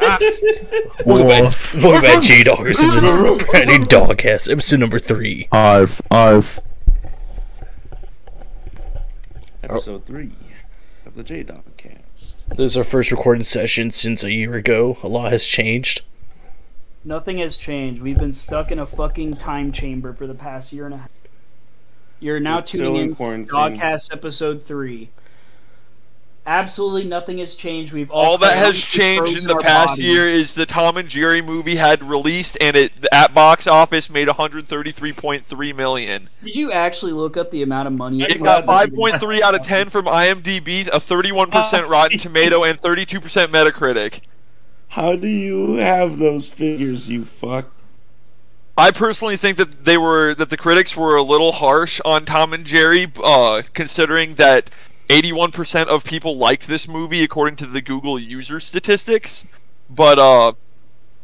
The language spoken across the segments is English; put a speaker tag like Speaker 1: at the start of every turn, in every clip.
Speaker 1: Welcome back, welcome back J Doggers, to the brand new Dogcast, episode number three.
Speaker 2: I've, I've.
Speaker 3: Episode three of the J Dog Cast.
Speaker 1: This is our first recorded session since a year ago. A lot has changed.
Speaker 4: Nothing has changed. We've been stuck in a fucking time chamber for the past year and a half. You're now
Speaker 3: We're still
Speaker 4: tuning
Speaker 3: in
Speaker 4: in to
Speaker 3: quarantine.
Speaker 4: Dogcast episode three. Absolutely nothing has changed. We've all,
Speaker 5: All that has
Speaker 4: frozen
Speaker 5: changed in the
Speaker 4: our
Speaker 5: past
Speaker 4: bodies.
Speaker 5: year is the Tom and Jerry movie had released and it at box office made 133.3 million.
Speaker 4: Did you actually look up the amount of money?
Speaker 5: It
Speaker 4: cost
Speaker 5: got
Speaker 4: to make
Speaker 5: 5.3 out of 10 from IMDb, a 31% Rotten Tomato, and 32% Metacritic.
Speaker 3: How do you have those figures, you fuck?
Speaker 5: I personally think that they were that the critics were a little harsh on Tom and Jerry, uh, considering that 81% of people liked this movie according to the Google user statistics. But uh,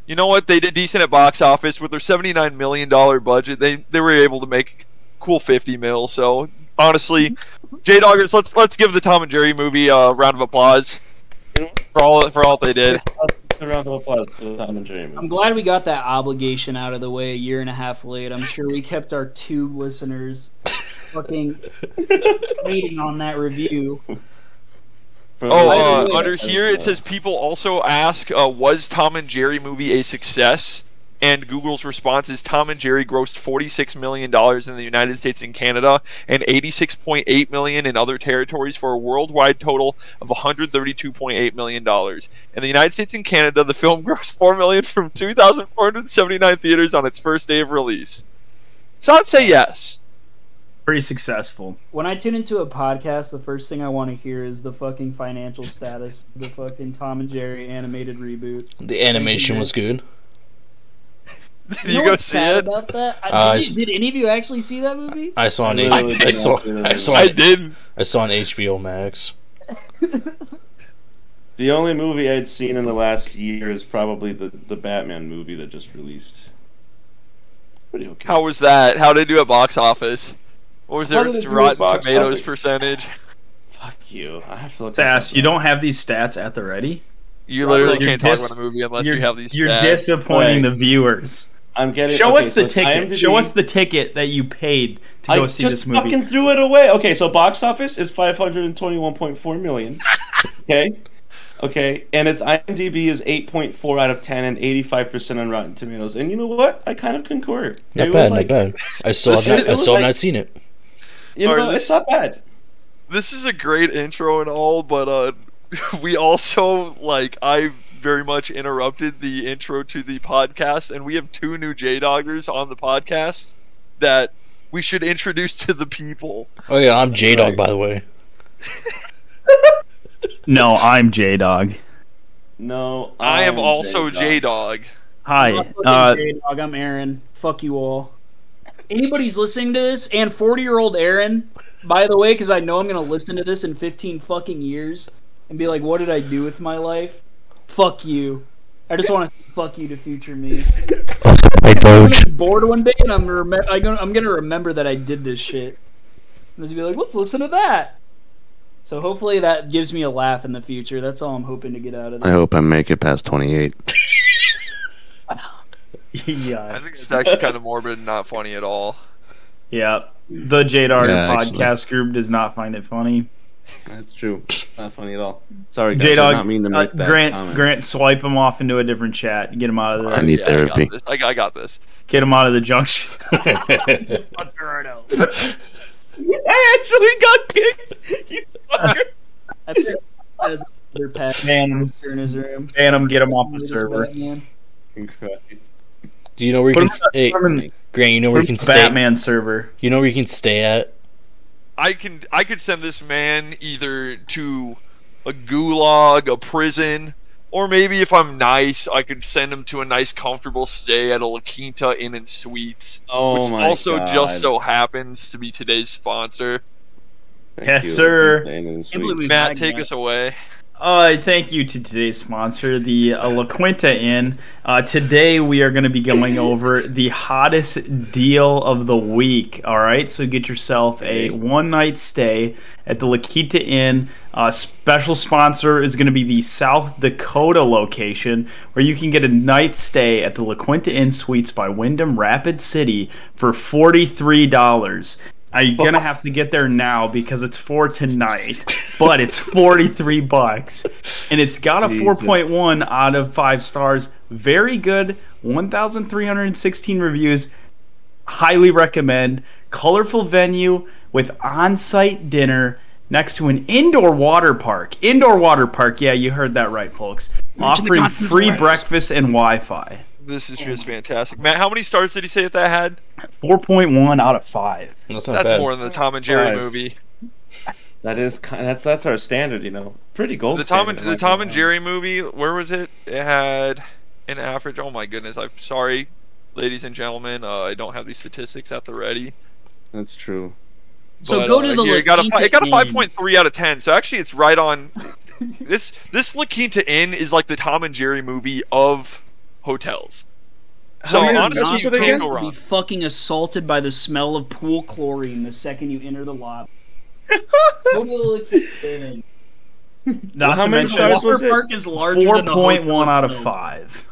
Speaker 5: you know what? They did decent at box office with their 79 million dollar budget. They they were able to make cool 50 mil. So honestly, J Doggers, let's let's give the Tom and Jerry movie a round of applause for all for all they did.
Speaker 3: A round of applause for Tom and Jerry.
Speaker 4: I'm glad we got that obligation out of the way a year and a half late. I'm sure we kept our two listeners fucking waiting on that review.
Speaker 5: Oh,
Speaker 4: By the
Speaker 5: uh,
Speaker 4: way,
Speaker 5: under here it says people also ask, uh, was Tom and Jerry movie a success? And Google's response is Tom and Jerry grossed $46 million in the United States and Canada and $86.8 million in other territories for a worldwide total of $132.8 million. In the United States and Canada, the film grossed $4 million from 2,479 theaters on its first day of release. So I'd say yes.
Speaker 6: pretty successful.
Speaker 4: When I tune into a podcast, the first thing I want to hear is the fucking financial status, of the fucking Tom and Jerry animated reboot.
Speaker 1: The animation was good.
Speaker 5: Did you go
Speaker 4: what's
Speaker 5: see
Speaker 4: sad
Speaker 5: it?
Speaker 4: about that? I-
Speaker 1: Uh,
Speaker 4: did,
Speaker 1: it's-
Speaker 4: you, did any of you actually see that movie?
Speaker 1: I saw on
Speaker 3: I really
Speaker 1: H- I
Speaker 3: did
Speaker 1: saw
Speaker 3: not see that
Speaker 1: I
Speaker 3: movie.
Speaker 1: saw
Speaker 5: I
Speaker 1: on,
Speaker 5: did.
Speaker 1: I saw on HBO Max.
Speaker 3: The only movie I'd seen in the last year is probably the, the Batman movie that just released. Pretty okay.
Speaker 5: How was that? How did it do at box office? What was
Speaker 3: How
Speaker 5: their
Speaker 3: did it do at
Speaker 5: Rotten
Speaker 3: box
Speaker 5: Tomatoes
Speaker 3: office?
Speaker 5: percentage?
Speaker 3: Fuck you. I have to look
Speaker 6: Sass,
Speaker 3: this
Speaker 6: you
Speaker 3: up.
Speaker 6: don't have these stats at the ready.
Speaker 5: You
Speaker 3: Well,
Speaker 5: literally
Speaker 6: you're
Speaker 5: can't
Speaker 6: dis-
Speaker 5: talk about a movie unless
Speaker 6: you're,
Speaker 5: you have these
Speaker 6: you're
Speaker 5: stats.
Speaker 6: disappointing
Speaker 3: Right.
Speaker 6: the viewers.
Speaker 3: I'm getting.
Speaker 6: Show
Speaker 3: okay,
Speaker 6: us
Speaker 3: so
Speaker 6: the
Speaker 3: it's
Speaker 6: ticket.
Speaker 3: IMDb.
Speaker 6: Show us the ticket that you paid to
Speaker 3: I
Speaker 6: go see
Speaker 3: just
Speaker 6: this movie.
Speaker 3: fucking threw it away. Okay, so box office is 521.4 million. okay. Okay. And its IMDb is 8.4 out of 10 and 85% on Rotten Tomatoes. And you know what? I kind of concur.
Speaker 1: Not
Speaker 3: it
Speaker 1: bad,
Speaker 3: was like,
Speaker 1: not bad. I still have
Speaker 5: This
Speaker 1: not,
Speaker 5: is-
Speaker 1: I still have
Speaker 3: like-
Speaker 1: not seen it.
Speaker 3: You
Speaker 5: Or
Speaker 3: know,
Speaker 5: this-
Speaker 3: it's not bad.
Speaker 5: This is a great intro and all, but uh, we also like I very much interrupted the intro to the podcast, and we have two new J Doggers on the podcast that we should introduce to the people.
Speaker 1: Oh yeah, I'm J Dog
Speaker 3: right.
Speaker 1: by the way.
Speaker 6: no, I'm J Dog.
Speaker 3: No.
Speaker 5: I am
Speaker 3: I'm
Speaker 5: also J
Speaker 3: J-Dog.
Speaker 5: Dog.
Speaker 4: I'm
Speaker 6: Hi.
Speaker 4: not fucking
Speaker 6: Uh,
Speaker 4: Jerry Dog, I'm Aaron. Fuck you all. Anybody's listening to this, and 40 year old Aaron, by the way, because I know I'm going to listen to this in 15 fucking years and be like, what did I do with my life? Fuck you. I just want to fuck you to future me. I'm gonna be bored one day, and I'm, remem- I'm, gonna, I'm gonna remember that I did this shit. I'm just gonna be like, let's listen to that. So hopefully that gives me a laugh in the future. That's all I'm hoping to get out of
Speaker 2: I
Speaker 4: this.
Speaker 2: hope I make it past 28.
Speaker 5: I
Speaker 6: yeah.
Speaker 5: think it's actually kind of morbid and not funny at all.
Speaker 6: Yeah. The J Dog
Speaker 2: Yeah, actually.
Speaker 6: podcast group does not find it funny.
Speaker 3: That's true. Not funny at all. Sorry, guys.
Speaker 6: J
Speaker 3: I did not
Speaker 6: Dog,
Speaker 3: mean to
Speaker 6: uh,
Speaker 3: make that
Speaker 6: Grant,
Speaker 3: comment.
Speaker 6: Grant, swipe him off into a different chat. Get him out of
Speaker 2: I
Speaker 6: the
Speaker 2: need
Speaker 5: Yeah,
Speaker 2: therapy.
Speaker 5: I got this. I, I got this.
Speaker 6: get him out of the junction.
Speaker 4: Fuck Gerardo.
Speaker 6: I actually got kicked. You fucker.
Speaker 4: I think he has another pet
Speaker 6: Ban him.
Speaker 4: in his room.
Speaker 6: Ban him. Get him off the server.
Speaker 4: Batman.
Speaker 3: Christ.
Speaker 1: Do you know where you
Speaker 6: Put
Speaker 1: can
Speaker 6: him
Speaker 1: stay
Speaker 6: on the
Speaker 1: Grant, you know where you can stay
Speaker 6: Batman server.
Speaker 1: you know where you can stay at?
Speaker 5: I can I could send this man either to a gulag, a prison, or maybe if I'm nice, I could send him to a nice, comfortable stay at a La Quinta Inn and Suites,
Speaker 3: Oh
Speaker 5: which
Speaker 3: my
Speaker 5: also
Speaker 3: God.
Speaker 5: just so happens to be today's sponsor.
Speaker 3: Thank
Speaker 6: Yes,
Speaker 3: you.
Speaker 6: sir.
Speaker 3: Thank you.
Speaker 4: Can't believe we-
Speaker 5: Matt,
Speaker 4: Magnum.
Speaker 5: take us away.
Speaker 6: Uh, thank you to today's sponsor, the uh, La Quinta Inn. Uh, today we are going to be going over the hottest deal of the week. All right, so get yourself a one night stay at the La Quinta Inn. Uh, special sponsor is going to be the South Dakota location, where you can get a night stay at the La Quinta Inn Suites by Wyndham Rapid City for forty three dollars. I'm gonna have to get there now because it's for tonight, but it's 43 bucks, and it's got a 4.1 out of five stars. Very good, 1,316 reviews. Highly recommend. Colorful venue with on-site dinner next to an indoor water park. Indoor water park, yeah, you heard that right, folks. Offering free breakfast and Wi-Fi.
Speaker 5: This is just fantastic. Matt, how many stars did he say that that had?
Speaker 6: 4.1 out of five.
Speaker 1: That's not
Speaker 5: That's
Speaker 1: bad.
Speaker 5: more than the Tom and Jerry
Speaker 3: Five.
Speaker 5: movie.
Speaker 3: That is ki- that's that's our standard, you know. Pretty gold.
Speaker 5: The Tom and
Speaker 3: standard,
Speaker 5: the
Speaker 3: like,
Speaker 5: Tom and
Speaker 3: uh,
Speaker 5: Jerry movie. Where was it? It had an average. Oh my goodness! I'm sorry, ladies and gentlemen. Uh, I don't have these statistics at the ready.
Speaker 2: That's true.
Speaker 4: So
Speaker 5: But,
Speaker 4: go
Speaker 5: uh,
Speaker 4: to the
Speaker 5: here, it got a
Speaker 4: La
Speaker 5: fi- it got a
Speaker 4: Quinta Inn.
Speaker 5: five point three out of ten. So actually, it's right on. this this La Quinta Inn is like the Tom and Jerry movie of hotels. So
Speaker 3: many
Speaker 5: honestly,
Speaker 3: rooms
Speaker 5: you
Speaker 3: is it
Speaker 5: can't
Speaker 3: again?
Speaker 5: go
Speaker 4: be
Speaker 5: wrong.
Speaker 4: fucking assaulted by the smell of pool chlorine the second you enter the lobby. Go to the La Quinta Inn.
Speaker 6: Not
Speaker 3: Well, how
Speaker 6: to
Speaker 3: many
Speaker 6: mention,
Speaker 3: stars
Speaker 4: The
Speaker 3: was
Speaker 4: water
Speaker 3: it?
Speaker 4: park is larger than the
Speaker 6: 4.1
Speaker 4: hotel
Speaker 6: out of
Speaker 4: room.
Speaker 6: five.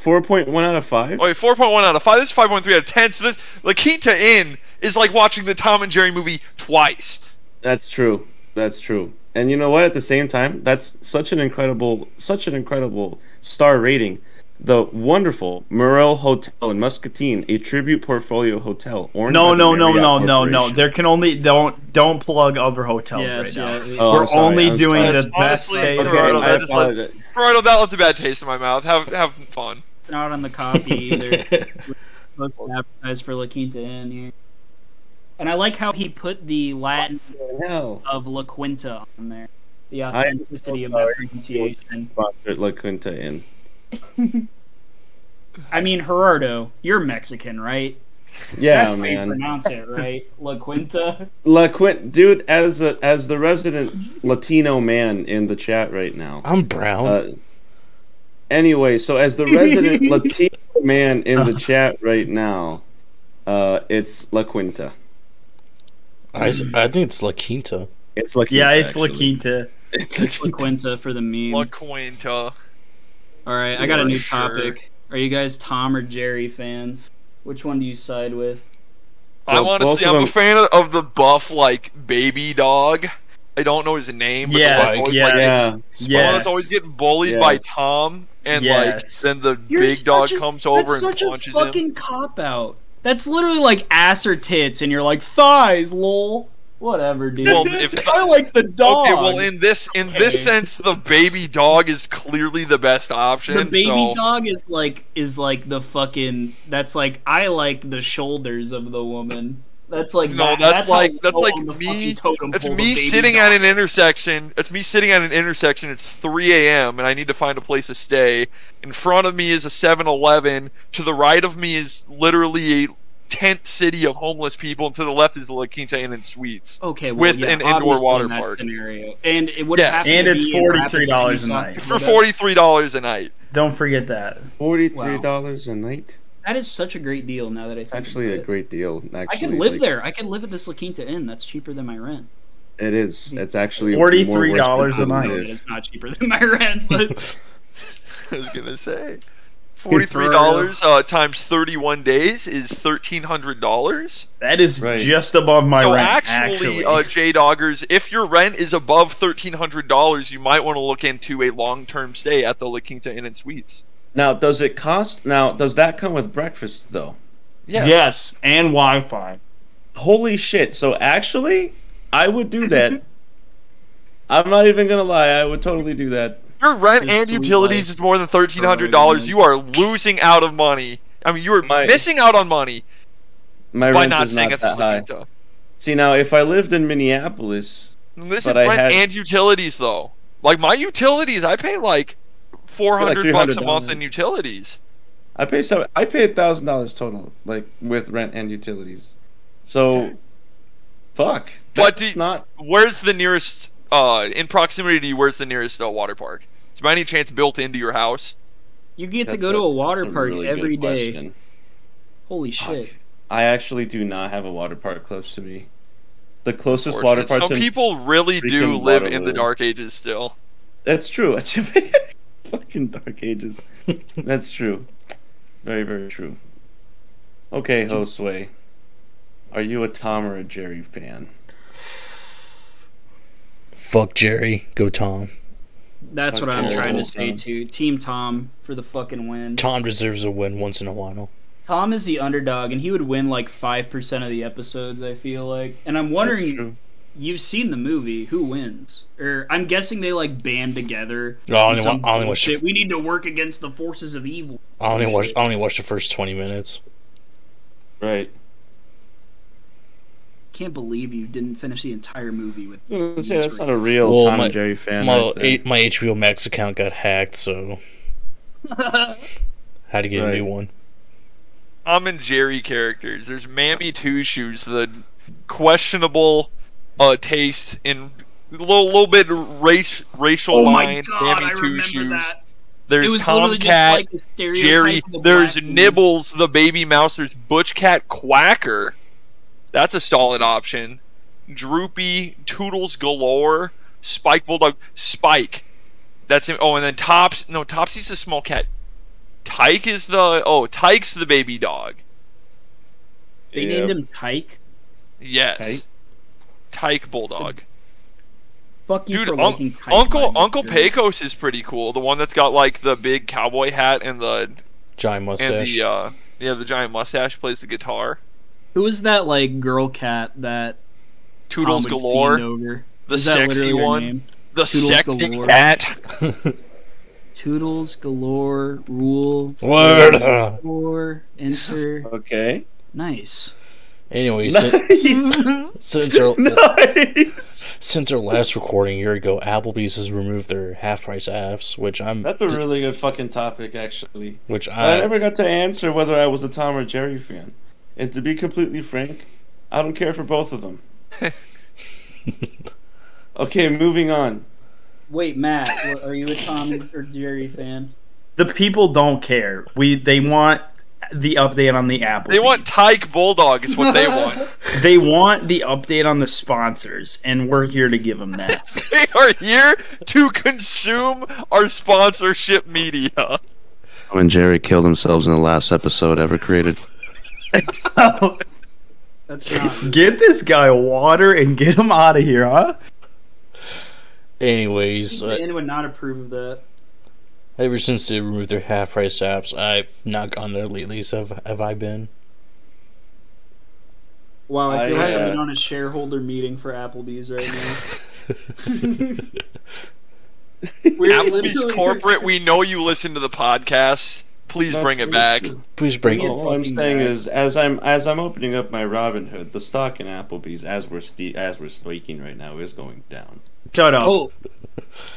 Speaker 3: 4.1 out of 5.
Speaker 5: Oh, wait, four point one out of five. This is five point three out of ten. So this La Quinta Inn is like watching the Tom and Jerry movie twice.
Speaker 3: That's true. That's true. And you know what? At the same time, that's such an incredible, such an incredible star rating. The wonderful Morel Hotel in Muscatine, a tribute portfolio hotel. owned by
Speaker 6: No,
Speaker 3: the
Speaker 6: no, no,
Speaker 3: Marriott
Speaker 6: no, no, no.
Speaker 3: Corporation.
Speaker 6: There can only don't don't plug other hotels
Speaker 4: Yes,
Speaker 6: right now.
Speaker 4: yeah,
Speaker 3: Oh, I'm
Speaker 6: We're
Speaker 3: sorry,
Speaker 6: only
Speaker 3: I'm
Speaker 6: doing
Speaker 3: sorry.
Speaker 5: That's
Speaker 6: the best
Speaker 5: honestly
Speaker 6: day.
Speaker 5: the
Speaker 3: Okay,
Speaker 5: Right on
Speaker 3: I
Speaker 5: that, just let-
Speaker 3: apologize.
Speaker 5: Ferrando, that left a bad taste in my mouth. Have have fun.
Speaker 4: it's not on the copy either. Let's advertise for La Quinta Inn here. And I like how he put the Latin
Speaker 3: No.
Speaker 4: of La Quinta on there. The
Speaker 3: I am
Speaker 4: authenticity
Speaker 3: so
Speaker 4: of that
Speaker 3: sorry.
Speaker 4: pronunciation.
Speaker 3: Sponsored La Quinta Inn.
Speaker 4: I mean, Gerardo, you're Mexican, right?
Speaker 3: Yeah,
Speaker 4: That's how you
Speaker 3: man.
Speaker 4: pronounce it, right? La Quinta.
Speaker 3: La Quinta, dude, as a, as the resident Latino man in the chat right now.
Speaker 1: I'm brown.
Speaker 3: Uh, anyway, so as the resident Latino man in the chat right now, uh, it's La Quinta.
Speaker 1: I, s- I think it's La Quinta.
Speaker 3: It's La Quinta.
Speaker 6: Yeah, it's La
Speaker 3: actually.
Speaker 6: Quinta.
Speaker 3: It's La
Speaker 4: La
Speaker 3: Quinta.
Speaker 4: Quinta for the meme.
Speaker 5: La Quinta.
Speaker 4: All right, I got a
Speaker 5: For
Speaker 4: new
Speaker 5: sure.
Speaker 4: topic. Are you guys Tom or Jerry fans? Which one do you side with?
Speaker 5: I
Speaker 3: Well,
Speaker 5: want to
Speaker 3: both
Speaker 5: see.
Speaker 3: of
Speaker 5: I'm a
Speaker 3: them-
Speaker 5: fan of, of the buff like baby dog. I don't know his name, but
Speaker 6: Yes,
Speaker 5: it's always,
Speaker 6: yes.
Speaker 5: like,
Speaker 3: Yeah,
Speaker 5: the one
Speaker 6: Yes.
Speaker 5: that's always getting bullied by
Speaker 3: Yes.
Speaker 5: Tom, and
Speaker 6: Yes.
Speaker 5: like then the
Speaker 4: You're
Speaker 5: big
Speaker 4: such
Speaker 5: dog
Speaker 4: a-
Speaker 5: comes over
Speaker 4: That's
Speaker 5: and
Speaker 4: such a
Speaker 5: punches him.
Speaker 4: fucking cop out. That's literally like ass or tits, and you're like thighs, lol. Whatever, dude.
Speaker 5: Well, if
Speaker 4: I like the dog.
Speaker 5: okay, well in this in
Speaker 4: Okay.
Speaker 5: this sense, the baby dog is clearly the best option.
Speaker 4: the baby
Speaker 5: so-
Speaker 4: dog is like is like the fucking. That's like I like the shoulders of the woman. That's like
Speaker 5: No,
Speaker 4: that-
Speaker 5: that's
Speaker 4: how
Speaker 5: like-
Speaker 4: low
Speaker 5: that's like
Speaker 4: on the
Speaker 5: me-
Speaker 4: fucking totem
Speaker 5: That's
Speaker 4: pole the
Speaker 5: me
Speaker 4: baby
Speaker 5: sitting
Speaker 4: dog
Speaker 5: at an intersection. That's me sitting at an intersection. It's 3 a.m. and I need to find a place to stay. In front of me is a 7-Eleven. To the right of me is literally a tent city of homeless people, and to the left is the La Quinta Inn and Suites.
Speaker 4: Okay, well,
Speaker 5: with
Speaker 4: yeah,
Speaker 5: an indoor
Speaker 4: obviously
Speaker 5: water
Speaker 4: in that
Speaker 5: park.
Speaker 4: scenario, and it would
Speaker 5: Yes.
Speaker 4: have
Speaker 6: And
Speaker 4: to
Speaker 6: it's
Speaker 4: be in Rapid City,
Speaker 6: $43 a
Speaker 4: so-
Speaker 6: night.
Speaker 5: For forty-three dollars a night.
Speaker 6: Don't forget that.
Speaker 3: forty-three dollars a night.
Speaker 4: That is such a great deal. Now that I think
Speaker 3: It's actually
Speaker 4: about
Speaker 3: a
Speaker 4: it.
Speaker 3: great deal. Actually,
Speaker 4: I could live
Speaker 3: like,
Speaker 4: there. I could live at this La Quinta Inn. That's cheaper than my rent.
Speaker 3: It is. It's actually more
Speaker 6: $43 a
Speaker 3: worth it than
Speaker 6: night.
Speaker 3: it is.
Speaker 4: It's not cheaper than my rent, but
Speaker 5: I was gonna say. Forty-three dollars uh, times thirty-one days is thirteen hundred dollars.
Speaker 6: That is
Speaker 3: Right.
Speaker 6: just above my
Speaker 5: So
Speaker 6: rank.
Speaker 5: actually, Uh, J Doggers, if your rent is above thirteen hundred dollars, you might want to look into a long-term stay at the La Quinta Inn and Suites.
Speaker 3: Now, does it cost? Now, does that come with breakfast though?
Speaker 5: Yeah.
Speaker 6: yes, and Wi-Fi.
Speaker 3: Holy shit! So actually, I would do that. I'm not even gonna lie. I would totally do that.
Speaker 5: Your rent
Speaker 4: There's
Speaker 5: and
Speaker 4: three
Speaker 5: utilities
Speaker 4: lights
Speaker 5: is more than thirteen hundred dollars. You are losing out of money. I mean, you are
Speaker 3: My-
Speaker 5: missing out on money
Speaker 3: My
Speaker 5: by
Speaker 3: rent
Speaker 5: not
Speaker 3: is
Speaker 5: staying
Speaker 3: not
Speaker 5: at
Speaker 3: that
Speaker 5: the La
Speaker 3: high.
Speaker 5: Quinta.
Speaker 3: See now, if I lived in Minneapolis,
Speaker 5: This
Speaker 3: But
Speaker 5: is
Speaker 3: I
Speaker 5: rent
Speaker 3: had-
Speaker 5: and utilities though. Like my utilities, I pay like four hundred bucks a month
Speaker 3: $300.
Speaker 5: in utilities.
Speaker 3: I pay so I pay thousand dollars total, like with rent and utilities. So, fuck.
Speaker 5: But
Speaker 3: That's
Speaker 5: do-
Speaker 3: not
Speaker 5: Where's the nearest uh, in proximity to you, where's the nearest uh, water park? Is by any chance built into your house?
Speaker 4: You get to
Speaker 3: That's
Speaker 4: go to a water
Speaker 3: that's
Speaker 4: park
Speaker 3: really good
Speaker 4: every day.
Speaker 3: question.
Speaker 4: Holy shit.
Speaker 3: I actually do not have a water park close to me. The closest water
Speaker 5: Fortunate.
Speaker 3: park
Speaker 5: Some
Speaker 3: to
Speaker 5: people really do
Speaker 3: freaking
Speaker 5: live in the
Speaker 3: Waterloo.
Speaker 5: Dark Ages still.
Speaker 3: That's true. Fucking dark ages. That's true. Very, very true. Okay, Josue. Are you a Tom or a Jerry fan?
Speaker 1: Fuck Jerry. Go Tom.
Speaker 4: That's what I'm
Speaker 3: Okay.
Speaker 4: trying to say
Speaker 3: Tom.
Speaker 4: too. Team Tom for the fucking win.
Speaker 1: Tom deserves a win once in a while.
Speaker 4: Tom is the underdog, and he would win like five percent of the episodes. I feel like, and I'm
Speaker 3: That's
Speaker 4: wondering.
Speaker 3: true.
Speaker 4: You've seen the movie. Who wins? Or I'm guessing they like band together.
Speaker 1: No, I
Speaker 4: and
Speaker 1: only,
Speaker 4: some
Speaker 1: wa- I only watched.
Speaker 4: bullshit.
Speaker 1: The,
Speaker 4: We need to work against the forces of evil.
Speaker 1: f- I only watched. I only watched the first twenty minutes.
Speaker 3: Right.
Speaker 4: Can't believe you didn't finish the entire movie with.
Speaker 3: I was gonna say, that's not a real
Speaker 1: Well,
Speaker 3: Tom
Speaker 1: my-
Speaker 3: and Jerry fan.
Speaker 1: My
Speaker 3: right there.
Speaker 1: a, my HBO Max account got hacked, so had to get a
Speaker 3: Right.
Speaker 1: new one.
Speaker 5: Tom and Jerry characters. There's Mammy Two Shoes, the questionable uh, taste in a little, little bit race, racial
Speaker 4: oh my
Speaker 5: lines.
Speaker 4: god! I
Speaker 5: Mammy Two
Speaker 4: remember
Speaker 5: Shoes.
Speaker 4: that.
Speaker 5: There's
Speaker 4: it was literally just
Speaker 5: Tomcat.
Speaker 4: like the stereotype
Speaker 5: Jerry.
Speaker 4: of the
Speaker 5: There's
Speaker 4: black dude.
Speaker 5: Nibbles, the baby mouse. There's Butch Cat Quacker. That's a solid option. Droopy, Toodles galore, Spike Bulldog, Spike. That's him. Oh, and then Tops. No, Topsy's a small cat. Tyke is the oh, Tyke's the baby dog.
Speaker 4: They
Speaker 3: Yeah.
Speaker 4: named him Tyke.
Speaker 5: Yes.
Speaker 3: Tyke?
Speaker 5: Tyke, Bulldog.
Speaker 4: Fuck you
Speaker 5: Dude,
Speaker 4: for
Speaker 5: un-
Speaker 4: liking Tyke.
Speaker 5: Uncle
Speaker 4: Mike.
Speaker 5: Uncle Pecos is pretty cool. The one that's got like the big cowboy hat and the
Speaker 1: Giant
Speaker 5: and
Speaker 1: mustache.
Speaker 5: the uh, yeah the giant mustache plays the guitar.
Speaker 4: Who was that like girl cat that
Speaker 5: Toodles
Speaker 4: Tom would
Speaker 5: galore.
Speaker 4: fiend Over?
Speaker 5: The
Speaker 4: Is that
Speaker 5: sexy
Speaker 4: literally her
Speaker 5: one.
Speaker 4: name?
Speaker 5: The
Speaker 4: Toodles
Speaker 5: sexy
Speaker 4: galore.
Speaker 5: cat.
Speaker 4: Toodles galore rule
Speaker 1: Word.
Speaker 4: for enter.
Speaker 3: Okay.
Speaker 4: Nice.
Speaker 1: Anyway, since, since our since our last recording a year ago, Applebee's has removed their half price apps, which I'm
Speaker 3: That's a really good fucking topic, actually.
Speaker 1: which
Speaker 3: I
Speaker 1: I
Speaker 3: never got to answer whether I was a Tom or Jerry fan. And to be completely frank, I don't care for both of them. okay, moving on.
Speaker 4: Wait, Matt, wha- are you a Tom or Jerry fan?
Speaker 6: The people don't care. We they want the update on the Apple.
Speaker 5: They want Tyke Bulldog is what they want.
Speaker 6: they want the update on the sponsors, and we're here to give them that.
Speaker 5: they are here to consume our sponsorship media.
Speaker 2: Tom and Jerry killed themselves in the last episode ever created.
Speaker 4: That's not.
Speaker 6: get this guy water and get him out of here, huh?
Speaker 1: anyways uh,
Speaker 4: Anyone would not approve of that.
Speaker 1: ever since they removed their half price apps, I've not gone there lately. So have, have I been?
Speaker 4: Wow, I feel
Speaker 3: I,
Speaker 4: like I've been
Speaker 3: uh,
Speaker 4: on a shareholder meeting for Applebee's right now. We're
Speaker 5: Applebee's
Speaker 4: literally-
Speaker 5: corporate, we know you listen to the podcast. Please bring it back.
Speaker 1: Please bring it.
Speaker 4: Bring it.
Speaker 3: All I'm
Speaker 4: fucking
Speaker 3: saying
Speaker 4: back.
Speaker 3: is, as I'm as I'm opening up my Robin Hood, the stock in Applebee's, as we're ste- as we're speaking right now, is going down.
Speaker 6: Shut up.
Speaker 4: Oh,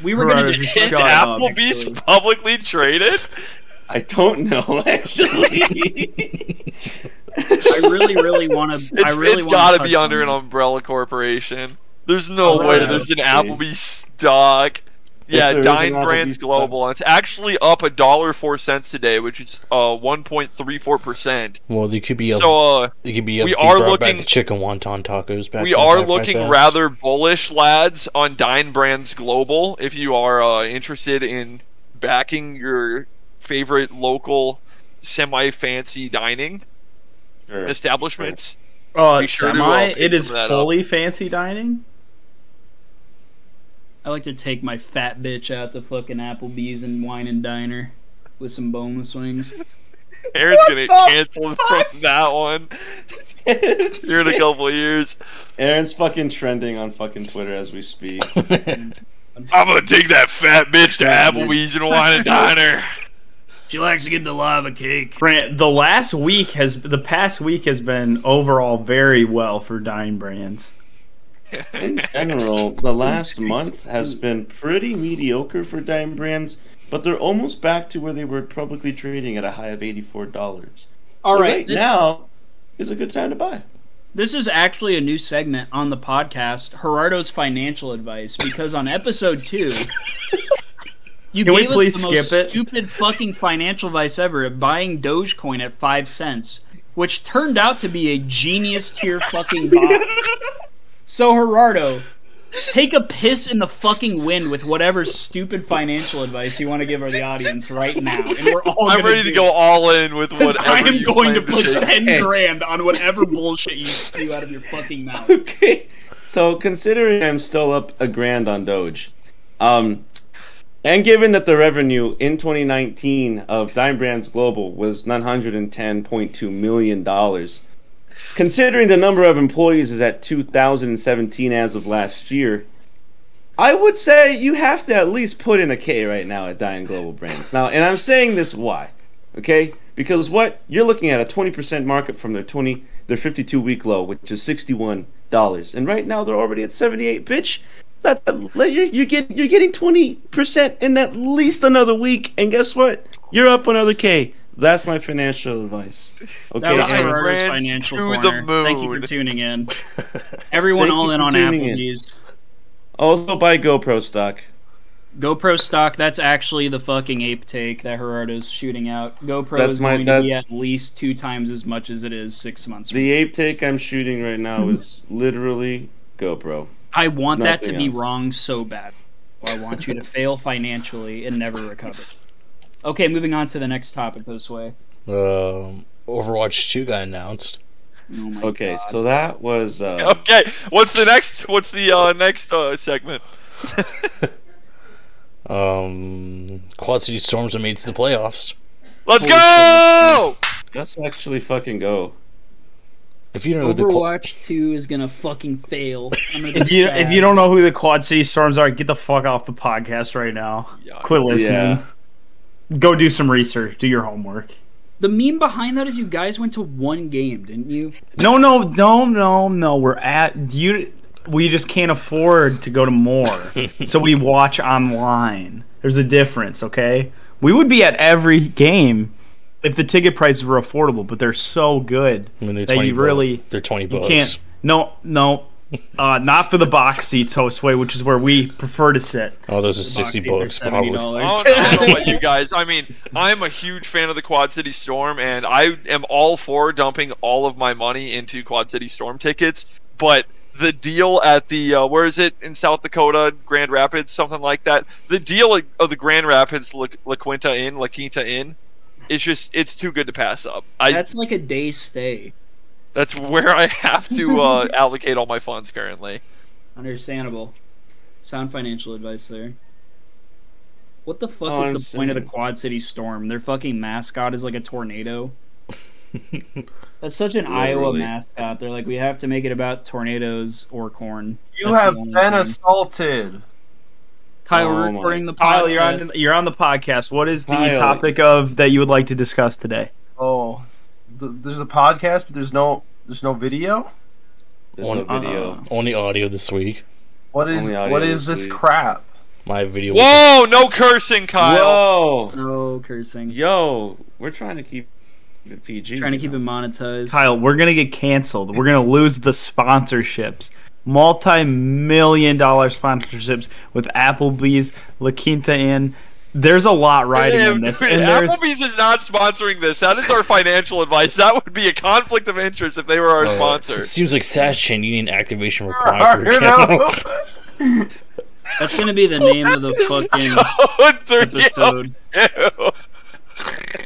Speaker 4: we were gonna
Speaker 6: Right,
Speaker 4: just
Speaker 5: Is
Speaker 6: Shut
Speaker 4: uh,
Speaker 6: up,
Speaker 5: Applebee's
Speaker 6: actually.
Speaker 5: publicly traded?
Speaker 3: I don't know actually.
Speaker 4: I really, really want to.
Speaker 5: It's,
Speaker 4: I really
Speaker 5: it's
Speaker 4: wanna
Speaker 5: got to
Speaker 4: touch
Speaker 5: be under
Speaker 4: on
Speaker 5: an
Speaker 4: this.
Speaker 5: umbrella corporation. There's no
Speaker 3: Oh,
Speaker 5: way
Speaker 3: yeah.
Speaker 5: there's an Applebee's stock.
Speaker 3: If
Speaker 5: Yeah,
Speaker 3: there is
Speaker 5: Dine
Speaker 3: an
Speaker 5: Brands
Speaker 3: Applebee's stock.
Speaker 5: Global. It's actually up a dollar four cents today, which is uh one point three four percent.
Speaker 1: Well, they could be up.
Speaker 5: So uh,
Speaker 1: they could be up.
Speaker 5: we
Speaker 1: if they
Speaker 5: are
Speaker 1: brought back
Speaker 5: looking-
Speaker 1: the chicken wonton tacos. Back
Speaker 5: we
Speaker 1: to the
Speaker 5: are
Speaker 1: half-price
Speaker 5: looking
Speaker 1: apps.
Speaker 5: rather bullish, lads, on Dine Brands Global. If you are uh, interested in backing your favorite local semi-fancy dining
Speaker 3: Sure.
Speaker 5: establishments,
Speaker 6: Uh,
Speaker 5: Make sure to, uh,
Speaker 6: semi.
Speaker 5: pick
Speaker 6: It is
Speaker 5: them that up.
Speaker 6: fully fancy dining.
Speaker 4: I like to take my fat bitch out to fucking Applebee's and wine and diner with some boneless wings.
Speaker 5: Aaron's gonna cancel from that one here in a couple of years.
Speaker 3: Aaron's fucking trending on fucking Twitter as we speak.
Speaker 5: I'm gonna take that fat bitch to Applebee's and wine and diner.
Speaker 4: She likes to get the lava cake.
Speaker 6: Brand, the last week has the past week has been overall very well for Dine Brands.
Speaker 3: In general, the last month has been pretty mediocre for dime brands, but they're almost back to where they were publicly trading at a high of eighty-four dollars.
Speaker 4: All
Speaker 3: so
Speaker 4: right,
Speaker 3: right
Speaker 4: this,
Speaker 3: now is a good time to buy.
Speaker 4: This is actually a new segment on the podcast, Gerardo's financial advice, because on episode two, you
Speaker 6: Can we
Speaker 4: gave
Speaker 6: please
Speaker 4: us the most
Speaker 6: skip it?
Speaker 4: stupid fucking financial advice ever of buying Dogecoin at five cents, which turned out to be a genius tier fucking bot. So Gerardo, take a piss in the fucking wind with whatever stupid financial advice you want to give our the audience right now, and we're all.
Speaker 5: I'm
Speaker 4: gonna
Speaker 5: ready
Speaker 4: do it.
Speaker 5: to go all in with
Speaker 4: Because
Speaker 5: whatever.
Speaker 4: I am
Speaker 5: you
Speaker 4: going
Speaker 5: plan
Speaker 4: to put
Speaker 5: do.
Speaker 4: ten grand on whatever bullshit you spew out of your fucking mouth.
Speaker 3: Okay. So considering I'm still up a grand on Doge, um, and given that the revenue in 2019 of Dime Brands Global was 910.2 million dollars, considering the number of employees is at 2,017 as of last year. I would say you have to at least put in a K right now at Dime Global Brands. Now, and I'm saying this why, okay? Because what you're looking at a 20% market from their 20 their 52 week low, which is 61 dollars, and right now they're already at 78. Bitch, that, that- you're, you're getting you're getting 20 percent in at least another week, and guess what? You're up another K. That's my financial advice. Okay,
Speaker 4: That was
Speaker 5: Dime
Speaker 3: and-
Speaker 4: Gerardo's
Speaker 5: Brands
Speaker 4: financial
Speaker 5: to the
Speaker 4: corner. Thank you for
Speaker 5: moon.
Speaker 4: tuning in. Everyone,
Speaker 3: Thank
Speaker 4: all
Speaker 3: you
Speaker 4: in
Speaker 3: for
Speaker 4: on
Speaker 3: tuning in.
Speaker 4: Applebee's.
Speaker 3: also buy GoPro stock.
Speaker 4: GoPro stock. That's actually the fucking ape take that Gerardo's shooting out. GoPro
Speaker 3: That's
Speaker 4: is
Speaker 3: my-
Speaker 4: going to
Speaker 3: that's-
Speaker 4: be at least two times as much as it is six months. from
Speaker 3: The ape take I'm shooting right now is literally GoPro.
Speaker 4: I want that to
Speaker 3: Nothing
Speaker 4: be
Speaker 3: else.
Speaker 4: wrong so bad. I want you to fail financially and never recover. Okay, moving on to the next topic this way.
Speaker 1: Um, Overwatch 2 got announced.
Speaker 4: Oh my
Speaker 3: Okay,
Speaker 4: God.
Speaker 3: so that was uh,
Speaker 5: Okay, what's the next? What's the uh, next uh, segment?
Speaker 1: Um, Quad City Storms are made to the playoffs.
Speaker 5: Let's
Speaker 3: Holy
Speaker 5: go!
Speaker 3: let's actually fucking go.
Speaker 1: If you don't know who the Qua-
Speaker 4: Overwatch 2 is gonna fucking fail. I'm gonna be
Speaker 6: If you,
Speaker 4: sad.
Speaker 6: if you don't know who the Quad City Storms are, get the fuck off the podcast right now.
Speaker 5: Yeah.
Speaker 6: Quit listening.
Speaker 3: Yeah.
Speaker 6: Go do some research. Do your homework.
Speaker 4: The meme behind that is you guys went to one game, didn't you?
Speaker 6: No, no, no, no, no. We're at do you. We just can't afford to go to more, so we watch online. There's a difference, okay? We would be at every game if the ticket prices were affordable, but they're so good
Speaker 1: I mean, they're
Speaker 6: that
Speaker 1: 20
Speaker 6: you
Speaker 1: bu-
Speaker 6: really
Speaker 1: they're 20
Speaker 6: you
Speaker 1: bucks.
Speaker 6: can't. No, no, uh, not for the box seats, Hostway, which is where we prefer to sit.
Speaker 1: Oh, those are 60
Speaker 4: Box seats are
Speaker 1: bucks, probably.
Speaker 4: $70.
Speaker 6: Oh,
Speaker 5: I don't, I don't know about you guys. I mean, I'm a huge fan of the Quad City Storm, and I am all for dumping all of my money into Quad City Storm tickets. But the deal at the uh, where is it in South Dakota, Grand Rapids, something like that. The deal of- of the Grand Rapids La, La Quinta Inn, La Quinta Inn, is just it's too good to pass up. I that's,
Speaker 4: That's like a day's stay.
Speaker 5: where I have to uh, allocate all my funds currently.
Speaker 4: Understandable. Sound financial advice there. What the fuck
Speaker 3: Oh,
Speaker 4: is
Speaker 3: I'm
Speaker 4: the point of the
Speaker 3: saying-
Speaker 4: Quad City Storm? Their fucking mascot is like a tornado. That's such an Iowa
Speaker 5: Literally.
Speaker 4: mascot. They're like, we have to make it about tornadoes or corn.
Speaker 7: You
Speaker 4: That's the
Speaker 7: have
Speaker 4: only
Speaker 7: been
Speaker 4: thing.
Speaker 7: assaulted.
Speaker 4: Kyle, we're
Speaker 3: Oh my-
Speaker 4: recording the podcast.
Speaker 6: Kyle, you're on. You're on the podcast. What is the
Speaker 3: Kyle.
Speaker 6: topic of that you would like to discuss today?
Speaker 7: Oh, th- there's a podcast, but there's no there's no video.
Speaker 3: There's
Speaker 1: On-
Speaker 3: no
Speaker 4: uh-uh.
Speaker 3: video.
Speaker 1: Only audio this week.
Speaker 7: What is
Speaker 3: Only audio
Speaker 7: what is
Speaker 3: this
Speaker 7: this
Speaker 3: week.
Speaker 7: crap?
Speaker 1: My video.
Speaker 5: Whoa! No cursing, Kyle.
Speaker 3: Whoa,
Speaker 4: No cursing.
Speaker 3: yo, we're trying to keep it PG.
Speaker 4: Trying to keep it monetized.
Speaker 6: Kyle, we're gonna get canceled. We're gonna lose the sponsorships, multi-million dollar sponsorships with Applebee's, La Quinta Inn. There's a lot riding
Speaker 5: Damn,
Speaker 6: on this,
Speaker 5: dude,
Speaker 6: and there's
Speaker 5: Applebee's is not sponsoring this. That is our financial advice. That would be a conflict of interest if they were
Speaker 6: Oh,
Speaker 5: our sponsor.
Speaker 1: It seems like Sash Chain, you need an activation required for
Speaker 7: You
Speaker 1: your
Speaker 7: know?
Speaker 1: channel.
Speaker 4: That's gonna be the name of the fucking
Speaker 5: Code 302.
Speaker 4: episode.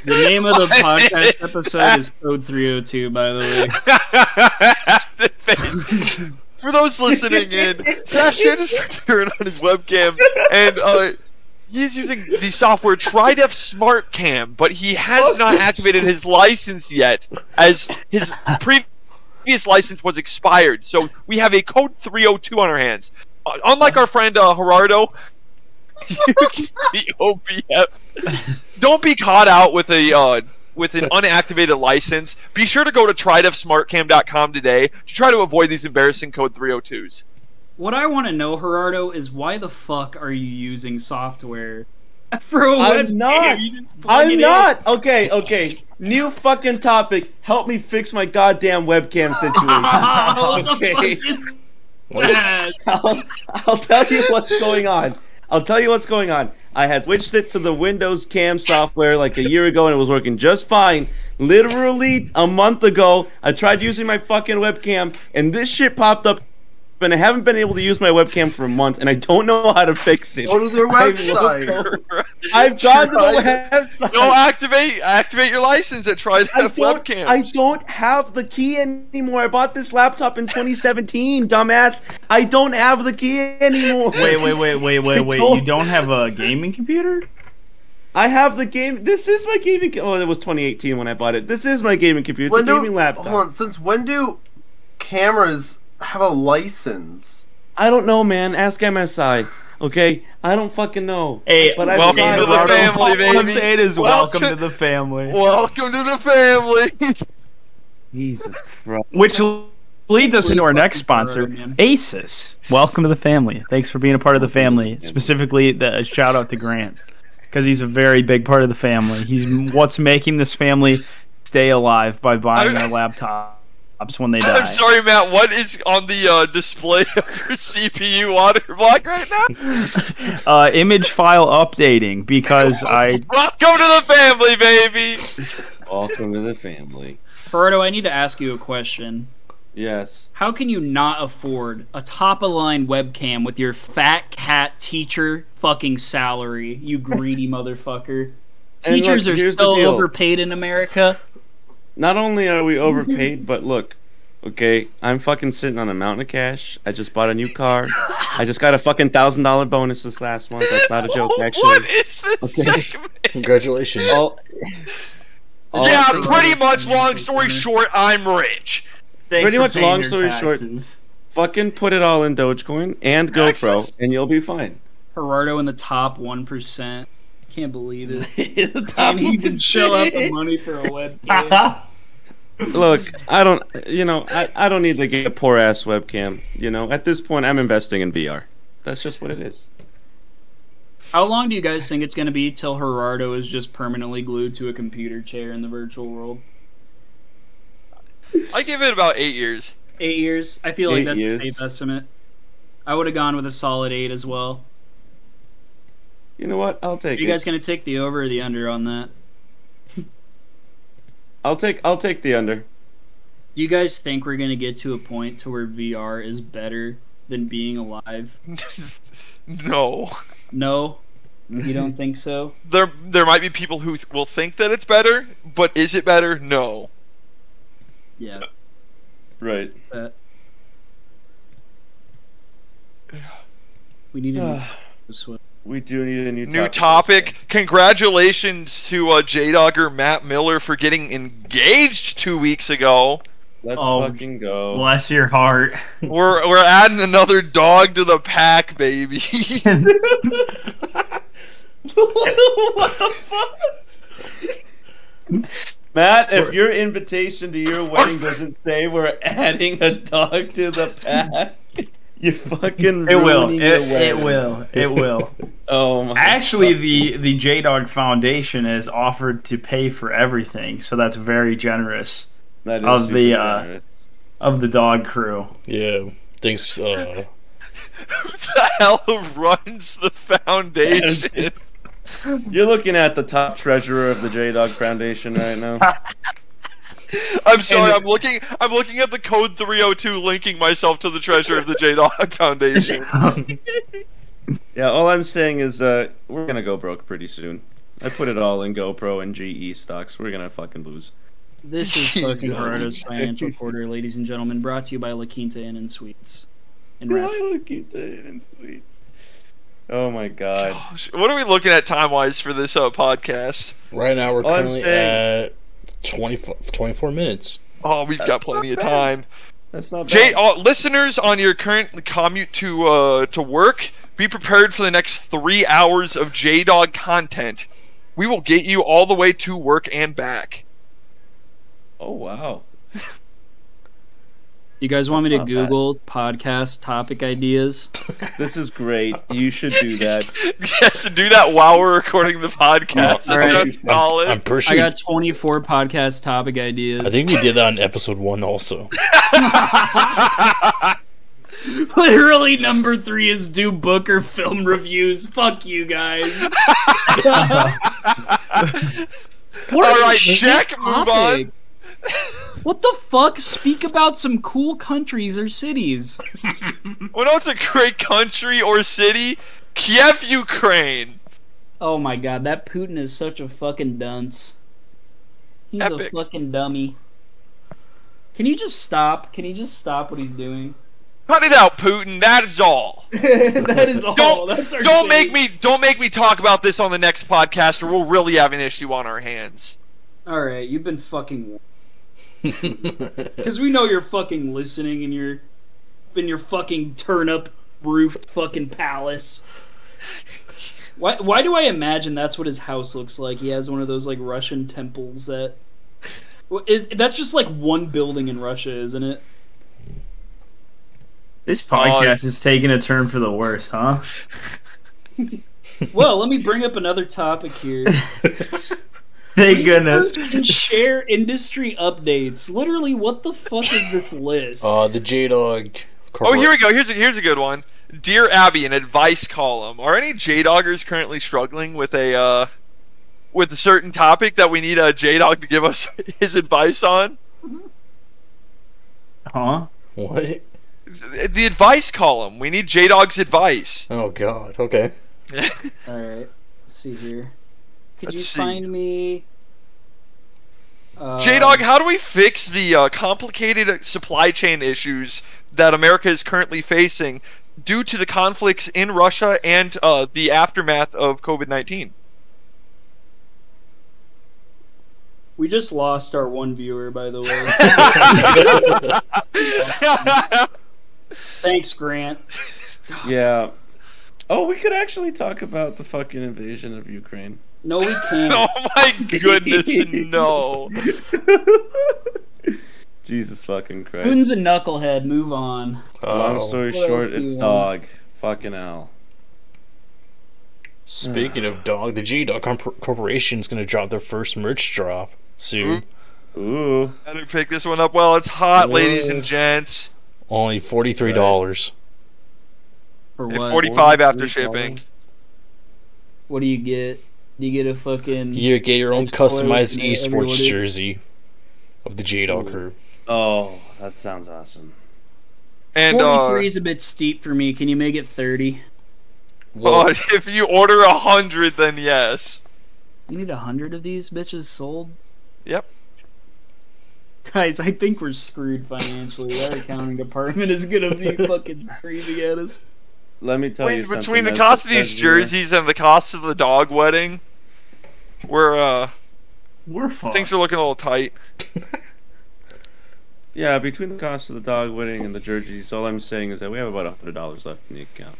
Speaker 4: The name of the podcast episode is Code 302, by the way.
Speaker 5: Activation. For those listening in, Sash Shan is returning on his webcam, and uh, he's using the software TriDef Smart Cam, but he has not activated his license yet, as his previous previous license was expired. So we have a code 302 on our hands. Uh, unlike our friend uh, Gerardo, UKBOBF, don't be caught out with a uh, with an unactivated license. Be sure to go to tridefsmartcam.com today to try to avoid these embarrassing code 302s.
Speaker 4: What I want to know, Gerardo, is why the fuck are you using software for a
Speaker 3: I'm
Speaker 4: web
Speaker 3: not.
Speaker 4: game? You just plug it
Speaker 3: I'm
Speaker 4: in.
Speaker 3: not. Okay, okay. New fucking topic. Help me fix my goddamn webcam situation.
Speaker 4: Oh, what the fuck
Speaker 3: Okay.
Speaker 4: is that?
Speaker 3: I'll, I'll tell you what's going on. I'll tell you what's going on. I had switched it to the Windows Cam software like a year ago and it was working just fine. Literally a month ago, I tried using my fucking webcam and this shit popped up and I haven't been able to use my webcam for a month and I don't know how to fix it.
Speaker 7: Go to their
Speaker 3: I've
Speaker 7: website.
Speaker 3: looked over- I've gone to the
Speaker 7: Try-
Speaker 3: website.
Speaker 5: No, activate activate your license and try to
Speaker 3: I
Speaker 5: have
Speaker 3: don't,
Speaker 5: webcams.
Speaker 3: I don't have the key anymore. I bought this laptop in 2017, dumbass. I don't have the key anymore.
Speaker 6: Wait, wait, wait, wait, wait, wait. You don't have a gaming computer?
Speaker 3: I have the game. This is my gaming. co- Oh, that was 2018 when I bought it. This is my gaming computer. It's
Speaker 7: When
Speaker 3: a
Speaker 7: do-
Speaker 3: gaming
Speaker 7: Hold
Speaker 3: laptop.
Speaker 7: on, since when do cameras have a license?
Speaker 3: I don't know, man. Ask MSI. Okay, I don't fucking know.
Speaker 6: Hey,
Speaker 3: But I-
Speaker 5: Welcome
Speaker 3: Hey,
Speaker 5: to the
Speaker 3: Roberto,
Speaker 5: family, baby.
Speaker 6: All I'm saying is welcome to the family.
Speaker 5: Welcome to the family.
Speaker 3: Jesus Christ.
Speaker 6: Which leads us into our next sponsor, Asus. Welcome to the family. Thanks for being a part of the family. Specifically, the a shout out to Grant because he's a very big part of the family. He's m- what's making this family stay alive by buying our laptops when they die.
Speaker 5: I'm sorry, Matt. What is on the uh, display of your CPU water block right now?
Speaker 6: Uh, image file updating because I
Speaker 5: Welcome to the family, baby.
Speaker 3: Welcome to the family.
Speaker 4: Berto, I need to ask you a question.
Speaker 3: Yes.
Speaker 4: How can you not afford a top of line webcam with your fat cat teacher fucking salary, you greedy motherfucker?
Speaker 3: And look,
Speaker 4: Teachers are
Speaker 3: here's the
Speaker 4: so
Speaker 3: deal.
Speaker 4: overpaid in America.
Speaker 3: Not only are we overpaid, but look. Okay, I'm fucking sitting on a mountain of cash. I just bought a new car. I just got a fucking thousand dollar bonus this last month. That's not a joke,
Speaker 5: What
Speaker 3: actually.
Speaker 5: is this
Speaker 3: Okay.
Speaker 5: segment?
Speaker 1: Congratulations.
Speaker 3: All- all-
Speaker 5: yeah,
Speaker 4: Oh,
Speaker 5: pretty
Speaker 4: thank
Speaker 5: much.
Speaker 4: you.
Speaker 5: Long story short, I'm rich.
Speaker 6: Thanks
Speaker 3: Pretty
Speaker 6: for
Speaker 3: much
Speaker 6: paying
Speaker 3: long
Speaker 6: your
Speaker 3: story short.
Speaker 6: taxes.
Speaker 3: fucking put it all in Dogecoin and GoPro,
Speaker 5: Access.
Speaker 3: and you'll be fine.
Speaker 4: Gerardo in the top 1%. Can't believe it. Can't even show out the money for a webcam.
Speaker 3: Look, I don't, you know, I, I don't need to get a poor ass webcam. You know, at this point, I'm investing in VR. That's just what it is.
Speaker 4: How long do you guys think it's going to be till Gerardo is just permanently glued to a computer chair in the virtual world?
Speaker 5: I give it about eight years.
Speaker 4: Eight years. I feel
Speaker 3: Eight
Speaker 4: like that's
Speaker 3: years.
Speaker 4: a safe estimate. I would have gone with a solid eight as well.
Speaker 3: You know what? I'll take
Speaker 4: Are you
Speaker 3: it.
Speaker 4: guys going to take the over or the under on that?
Speaker 3: I'll take. I'll take the under.
Speaker 4: Do you guys think we're going to get to a point to where VR is better than being alive?
Speaker 5: No,
Speaker 4: No, you don't think so.
Speaker 5: there there might be people who th- will think that it's better, but is it better? No.
Speaker 4: Yeah.
Speaker 3: Right.
Speaker 4: We need to
Speaker 3: Ah.
Speaker 4: this one.
Speaker 3: We do need a new
Speaker 5: New topic. Congratulations to uh, J Dogger Matt Miller for getting engaged two weeks ago.
Speaker 3: Let's
Speaker 6: Oh,
Speaker 3: fucking go.
Speaker 6: Bless your heart.
Speaker 5: We're we're adding another dog to the pack, baby.
Speaker 3: what the fuck? Matt, if your invitation to your wedding doesn't say we're adding a dog to the pack, you fucking
Speaker 6: It will.
Speaker 3: ruining
Speaker 6: It,
Speaker 3: your
Speaker 6: it
Speaker 3: wedding.
Speaker 6: will. It will.
Speaker 3: Oh my
Speaker 6: Actually,
Speaker 3: God.
Speaker 6: the the J Dog Foundation has offered to pay for everything, so that's very generous
Speaker 3: That is
Speaker 6: of
Speaker 3: super
Speaker 6: the, uh,
Speaker 3: generous.
Speaker 6: of the dog crew.
Speaker 1: Yeah. Thanks. Uh,
Speaker 5: Who the hell runs the foundation?
Speaker 3: You're looking at the top treasurer of the J Dog Foundation right now.
Speaker 5: I'm sorry,
Speaker 6: And-
Speaker 5: I'm looking I'm looking at the code 302 linking myself to the treasure of the J Dog Foundation.
Speaker 3: yeah, all I'm saying is uh, we're gonna go broke pretty soon. I put it all in GoPro and GE stocks. We're gonna fucking lose.
Speaker 4: This is fucking
Speaker 5: Yeah.
Speaker 4: Gerardo's financial quarter, ladies and gentlemen, brought to you by La Quinta Inn and Suites. And
Speaker 3: Why
Speaker 4: Rap.
Speaker 3: look at that and sweets? Oh my god.
Speaker 5: Gosh, what are we looking at time wise for this uh, podcast?
Speaker 1: right now, we're
Speaker 3: All I'm
Speaker 1: currently
Speaker 3: saying-
Speaker 1: at 20, 24 minutes.
Speaker 5: Oh, we've got
Speaker 3: That's
Speaker 5: plenty
Speaker 3: not
Speaker 5: of
Speaker 3: bad.
Speaker 5: time.
Speaker 3: That's not
Speaker 5: J
Speaker 3: bad.
Speaker 5: uh, listeners on your current commute to uh, to work, be prepared for the next three hours of J Dog content. We will get you all the way to work and back.
Speaker 3: Oh wow.
Speaker 4: You guys want me to
Speaker 3: That's not bad.
Speaker 4: Google podcast topic ideas?
Speaker 3: This is great. You should do that.
Speaker 5: yes, do that while we're recording the podcast.
Speaker 4: All right.
Speaker 5: That's solid.
Speaker 1: I'm pretty
Speaker 4: I
Speaker 1: sure. I,
Speaker 4: got 24 podcast topic ideas.
Speaker 1: think we did that on episode one also.
Speaker 4: Literally, number three is do book or film reviews. Fuck you guys. What
Speaker 5: All
Speaker 4: are
Speaker 5: right,
Speaker 4: these
Speaker 5: check, move on.
Speaker 4: topics? What the fuck? Speak about some cool countries or cities.
Speaker 5: Well, no, it's a great country or city. Kiev, Ukraine.
Speaker 4: Oh my god, that Putin is such a fucking dunce. He's
Speaker 5: Epic.
Speaker 4: a fucking dummy. Can you just stop? Can you just stop what he's doing?
Speaker 5: Cut it out, Putin. That's all.
Speaker 4: that is all.
Speaker 5: Don't-
Speaker 4: That's our
Speaker 5: Don't
Speaker 4: take.
Speaker 5: make me don't make me talk about this on the next podcast, or we'll really have an issue on our hands.
Speaker 4: All right, you've been fucking.
Speaker 1: Uh,
Speaker 4: Because we know you're fucking listening in your, in your fucking turn up roofed fucking palace. Why? Why do I imagine that's what his house looks like? He has one of those like Russian temples that. Well, Is that's just like one building in Russia, isn't it?
Speaker 6: This podcast is taking a turn for the worse, huh?
Speaker 4: Well, let me bring up another topic here.
Speaker 6: Thank goodness.
Speaker 4: Research and share industry updates. Literally, what the fuck is this list?
Speaker 1: Uh, the J Dog.
Speaker 5: Oh, here we go. Here's a here's a good one. Dear Abby, an advice column. Are any J Doggers currently struggling with a uh, with a certain topic that we need a J Dog to give us his advice on?
Speaker 6: Huh?
Speaker 1: What?
Speaker 5: The advice column. We need J Dog's advice.
Speaker 1: Oh God. Okay.
Speaker 4: All right, let's see here. Could
Speaker 5: Let's
Speaker 4: you
Speaker 5: see.
Speaker 4: find me? Uh,
Speaker 5: J Dog, how do we fix the uh, complicated supply chain issues that America is currently facing due to the conflicts in Russia and uh, the aftermath of COVID 19?
Speaker 4: We just lost our one viewer, by the way.
Speaker 1: Uh,
Speaker 4: Thanks, Grant.
Speaker 3: Yeah. Oh, we could actually talk about the fucking invasion of Ukraine.
Speaker 4: No, we can't.
Speaker 5: oh my goodness, no.
Speaker 3: Jesus fucking Christ.
Speaker 4: Moon's a knucklehead. Move on.
Speaker 3: Long
Speaker 1: Oh,
Speaker 3: story
Speaker 4: What
Speaker 3: short,
Speaker 4: else
Speaker 3: it's
Speaker 4: you want?
Speaker 3: dog. Fucking hell.
Speaker 1: speaking of dog, the J Dog Corp- Corporation's gonna drop their first merch drop soon.
Speaker 5: Hmm?
Speaker 3: Ooh.
Speaker 5: Better pick this one up while it's hot, ladies
Speaker 3: Whoa.
Speaker 5: and gents.
Speaker 1: Only forty three dollars.
Speaker 4: For
Speaker 5: At
Speaker 4: what?
Speaker 5: 45 after
Speaker 3: Three
Speaker 5: shipping.
Speaker 4: What do you get? Do you get a fucking?
Speaker 1: You get your own
Speaker 4: That's what I was
Speaker 1: customized
Speaker 4: gonna-
Speaker 1: esports
Speaker 4: everybody-
Speaker 1: jersey of the J Dog crew.
Speaker 3: Oh, that sounds awesome.
Speaker 5: And uh,
Speaker 4: 43 is a bit steep for me. Can you make it 30?
Speaker 5: well, oh, if you order a hundred, then yes.
Speaker 4: You need a hundred of these bitches sold.
Speaker 5: Yep.
Speaker 4: Guys, I think we're screwed financially. Our accounting department is gonna be fucking screaming at us.
Speaker 3: Let me tell you
Speaker 5: Wait,
Speaker 3: something.
Speaker 5: between the
Speaker 3: that's-
Speaker 5: cost of these
Speaker 3: that's really-
Speaker 5: jerseys and the cost of the dog wedding, we're uh
Speaker 6: We're fucked.
Speaker 5: things are looking a little tight.
Speaker 3: Yeah, between the cost of the dog wedding and the jerseys, all I'm saying is that we have about hundred dollars left in the account.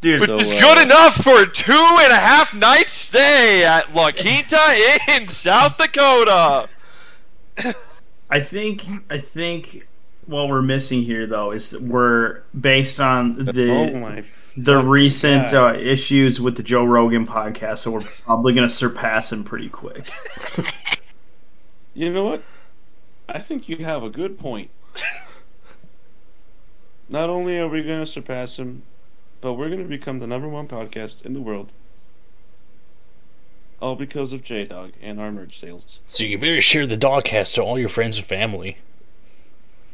Speaker 6: Dude,
Speaker 5: Which
Speaker 3: So,
Speaker 5: is
Speaker 3: uh,
Speaker 5: good enough for two and a half nights stay at La Quinta in South Dakota.
Speaker 6: I think I think what we're missing here though is that we're based on the
Speaker 3: oh my!
Speaker 6: the recent
Speaker 3: God.
Speaker 6: uh, issues with the Joe Rogan podcast, so we're probably gonna surpass him pretty quick.
Speaker 3: You know what? I think you have a good point. Not only are we going to surpass him, but we're going to become the number one podcast in the world. All because of J Dog and our merch sales.
Speaker 1: So you better share the dogcast to all your friends and family.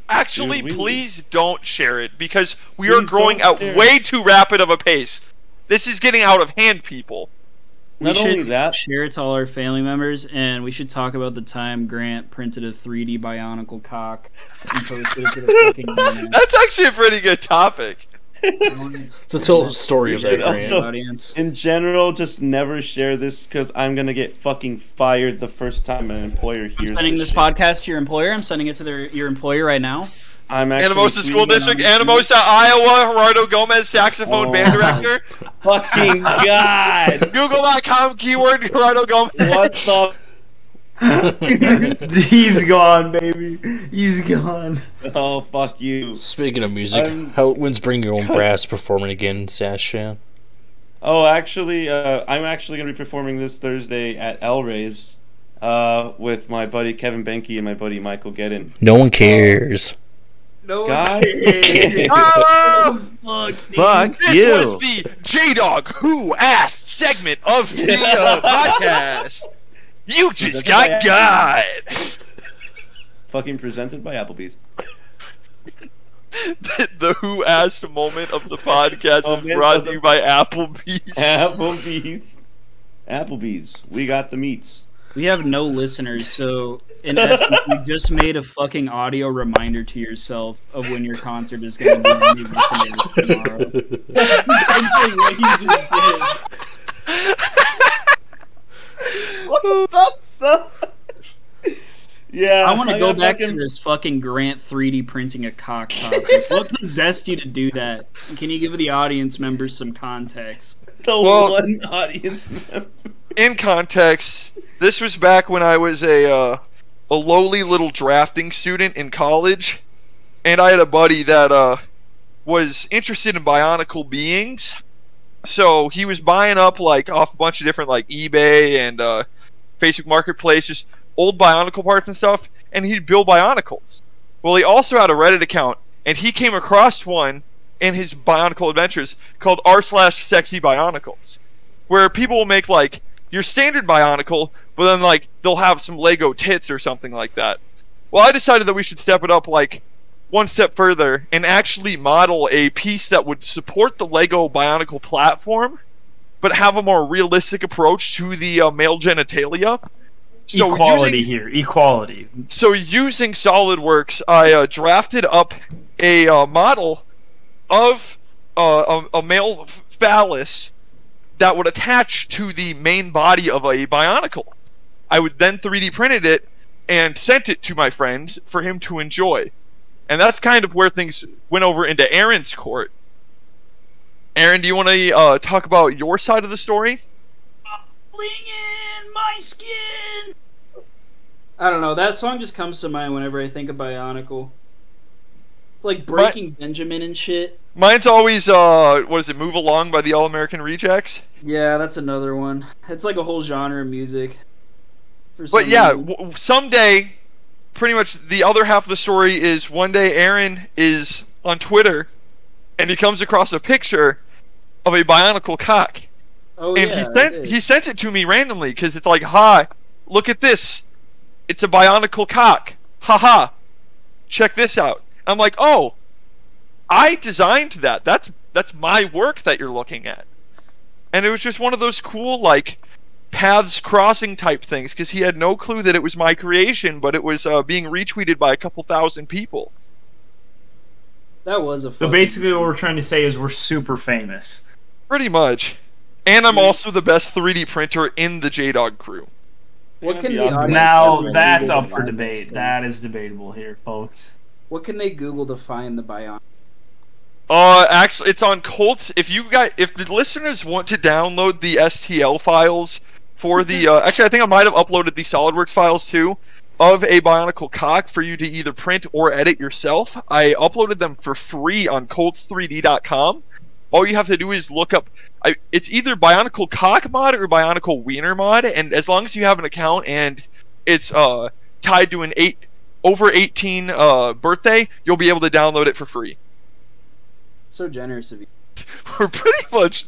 Speaker 5: Actually,
Speaker 3: Dude, we-
Speaker 5: please don't share it because we
Speaker 3: Please
Speaker 5: are growing
Speaker 3: don't
Speaker 5: at
Speaker 3: share.
Speaker 5: way too rapid of a pace. This is getting out of hand, people.
Speaker 3: Not
Speaker 4: we should
Speaker 3: only that,
Speaker 4: share it to all our family members, and we should talk about the time Grant printed a 3D bionicle cock and posted it to the fucking
Speaker 3: Mm-hmm.
Speaker 4: internet.
Speaker 5: That's actually a pretty good topic.
Speaker 1: So tell the story of that,
Speaker 3: should
Speaker 1: Grant.
Speaker 3: also-
Speaker 4: audience.
Speaker 3: in general, just never share this because I'm going to get fucking fired the first time an employer
Speaker 4: I'm
Speaker 3: hears
Speaker 4: sending
Speaker 3: this
Speaker 4: this
Speaker 3: shit.
Speaker 4: podcast to your employer. I'm sending it to their, your employer right now.
Speaker 3: I'm actually
Speaker 5: Anamosa School
Speaker 3: tweeting
Speaker 5: District,
Speaker 3: on this-
Speaker 5: Anamosa, Iowa, Gerardo Gomez, saxophone
Speaker 3: Oh.
Speaker 5: band director.
Speaker 3: Fucking God!
Speaker 5: Google.com keyword Gerardo Gomez.
Speaker 3: What the
Speaker 6: He's gone, baby. He's gone.
Speaker 3: Oh fuck you!
Speaker 1: Speaking of music,
Speaker 3: I'm-
Speaker 1: how when's Bring Your Own Brass performing again, Sasha?
Speaker 3: Oh, actually, uh, I'm actually gonna be performing this Thursday at El Rey's uh, with my buddy Kevin Benke and my buddy Michael Gedden.
Speaker 1: No one cares.
Speaker 5: No
Speaker 3: God,
Speaker 5: Oh,
Speaker 2: Fuck
Speaker 5: this was the J Dog Who Asked segment of the uh, podcast. You just got
Speaker 3: That's
Speaker 5: God.
Speaker 3: fucking presented by Applebee's.
Speaker 5: the, the Who Asked moment of the podcast
Speaker 3: Oh,
Speaker 5: is
Speaker 3: man,
Speaker 5: brought
Speaker 3: that's
Speaker 5: to
Speaker 3: a-
Speaker 5: you by Applebee's.
Speaker 3: Applebee's, Applebee's, we got the meats.
Speaker 4: We have no listeners, so in essence, you just made a fucking audio reminder to yourself of when your concert is going to be moving to tomorrow.
Speaker 3: Essentially what you just did. What the fuck? Yeah,
Speaker 4: I want to go
Speaker 3: gotta
Speaker 4: back to
Speaker 3: fucking-
Speaker 4: this fucking Grant 3D printing a cock topic. What possessed you to do that? And Can you give the audience members some context?
Speaker 3: the
Speaker 5: Well-
Speaker 3: one audience member.
Speaker 5: in context, this was back when I was a uh, a lowly little drafting student in college, and I had a buddy that uh, was interested in bionicle beings. So he was buying up like off a bunch of different like eBay and uh, Facebook Marketplace, just old bionicle parts and stuff, and he'd build bionicles. Well, he also had a Reddit account, and he came across one in his bionicle adventures called r slash sexy bionicles, where people will make like your standard bionicle, but then like they'll have some Lego tits or something like that. Well, I decided that we should step it up like one step further and actually model a piece that would support the Lego bionicle platform, but have a more realistic approach to the uh, male genitalia. So
Speaker 6: Equality
Speaker 5: using-
Speaker 6: here. Equality.
Speaker 5: so using SolidWorks, I uh, drafted up a uh, model of uh, a, a male phallus that would attach to the main body of a bionicle. I would then 3D printed it and sent it to my friend for him to enjoy. And that's kind of where things went over into Aaron's court. Aaron, do you want to uh, talk about your side of the story?
Speaker 4: I don't know. That song just comes to mind whenever I think of Bionicle. Like Breaking Benjamin and shit.
Speaker 5: Mine's always uh, what is it? Move along by the All American Rejects.
Speaker 4: Yeah, that's another one. It's like a whole genre of music. For
Speaker 5: But
Speaker 4: some
Speaker 5: yeah,
Speaker 4: reason.
Speaker 5: w- someday, pretty much the other half of the story is one day Aaron is on Twitter, and he comes across a picture of a bionicle cock,
Speaker 4: oh,
Speaker 5: and
Speaker 4: yeah,
Speaker 5: he
Speaker 4: it
Speaker 5: sent
Speaker 4: is.
Speaker 5: he sent it to me randomly because it's like, hi, look at this, it's a bionicle cock, haha, check this out. I'm like, oh, I designed that. That's that's my work that you're looking at, and it was just one of those cool like paths crossing type things because he had no clue that it was my creation, but it was uh, being retweeted by a couple thousand people.
Speaker 4: that was a.
Speaker 6: So
Speaker 4: Fucking...
Speaker 6: basically, what we're trying to say is we're super famous.
Speaker 5: Pretty much. And I'm also the best 3D printer in the JDog crew.
Speaker 4: what can
Speaker 3: Yeah.
Speaker 4: the audience
Speaker 6: Now
Speaker 4: member do
Speaker 6: that's
Speaker 4: to
Speaker 6: up for
Speaker 4: find this
Speaker 6: debate.
Speaker 4: thing?
Speaker 6: That is debatable here, folks.
Speaker 4: What can they Google to find the Bionicle?
Speaker 5: Uh, actually, it's on Colts. If you guys, if the listeners want to download the STL files for the, uh, actually, I think I might have uploaded the SolidWorks files too of a Bionicle cock for you to either print or edit yourself. I uploaded them for free on Colts3D.com. All you have to do is look up. I, it's either Bionicle cock mod or Bionicle wiener mod, and as long as you have an account and it's uh tied to an eight over 18 uh, birthday, you'll be able to download it for free
Speaker 4: So generous of you.
Speaker 5: we're pretty much.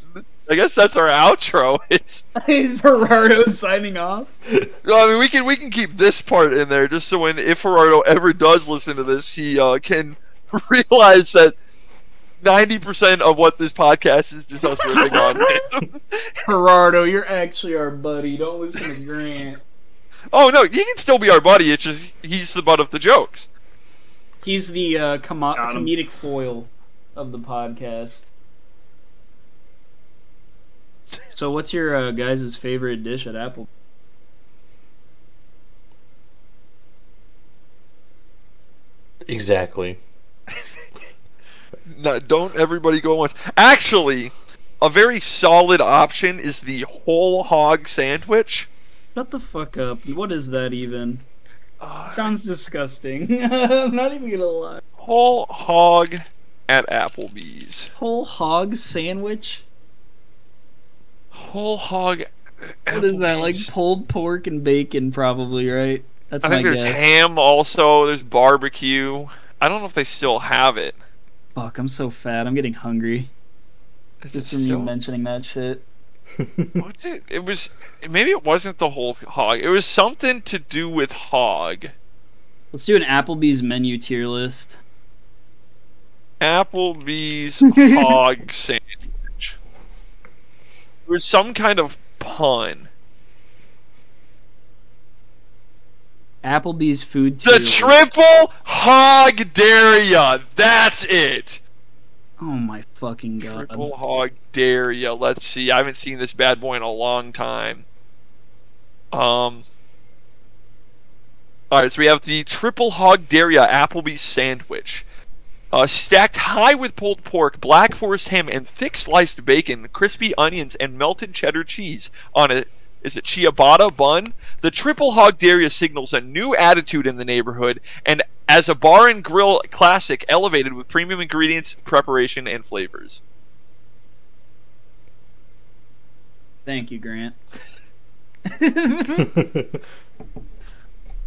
Speaker 5: I guess that's our outro. It's.
Speaker 4: is Gerardo signing off?
Speaker 5: I mean, we can we can keep this part in there just so when if Gerardo ever does listen to this, he uh, can realize that ninety percent of what this podcast is just us ripping on. him.
Speaker 4: Gerardo, you're actually our buddy. Don't listen to Grant.
Speaker 5: oh no, he can still be our buddy. It's just he's the butt of the jokes.
Speaker 4: He's the uh, com-
Speaker 6: Got him.
Speaker 4: comedic foil of the podcast. So, what's your uh, guys' favorite dish at Apple?
Speaker 1: Exactly.
Speaker 5: No, don't everybody go once. Actually, a very solid option is the whole hog sandwich.
Speaker 4: Shut the fuck up. What is that even? Sounds disgusting. I'm not even gonna lie.
Speaker 5: Whole hog at Applebee's.
Speaker 4: Whole hog sandwich?
Speaker 5: Whole hog. at
Speaker 4: What is that? Like
Speaker 5: Applebee's.
Speaker 4: pulled pork and bacon, probably, right? That's
Speaker 5: I
Speaker 4: my
Speaker 5: think there's
Speaker 4: guess.
Speaker 5: ham also. There's barbecue. I don't know if they still have it.
Speaker 4: Fuck, I'm so fat. I'm getting hungry.
Speaker 5: Is
Speaker 4: Just
Speaker 5: it
Speaker 4: from you
Speaker 5: still-
Speaker 4: mentioning that shit.
Speaker 5: What's it? It was maybe it wasn't the whole hog. It was something to do with hog.
Speaker 4: Let's do an Applebee's menu tier list.
Speaker 5: Applebee's hog sandwich. It was some kind of pun.
Speaker 4: Applebee's food tier
Speaker 5: The
Speaker 4: list.
Speaker 5: triple hog daria. That's it.
Speaker 4: Oh my fucking god.
Speaker 5: Triple hog daria. Let's see. I haven't seen this bad boy in a long time. Um. All right, so we have the triple hog daria Applebee's sandwich. Uh, stacked high with pulled pork, black forest ham, and thick sliced bacon, crispy onions, and melted cheddar cheese on a is it ciabatta bun? The triple hog daria signals a new attitude in the neighborhood, and as a bar and grill classic, elevated with premium ingredients, preparation, and flavors.
Speaker 4: Thank you, Grant.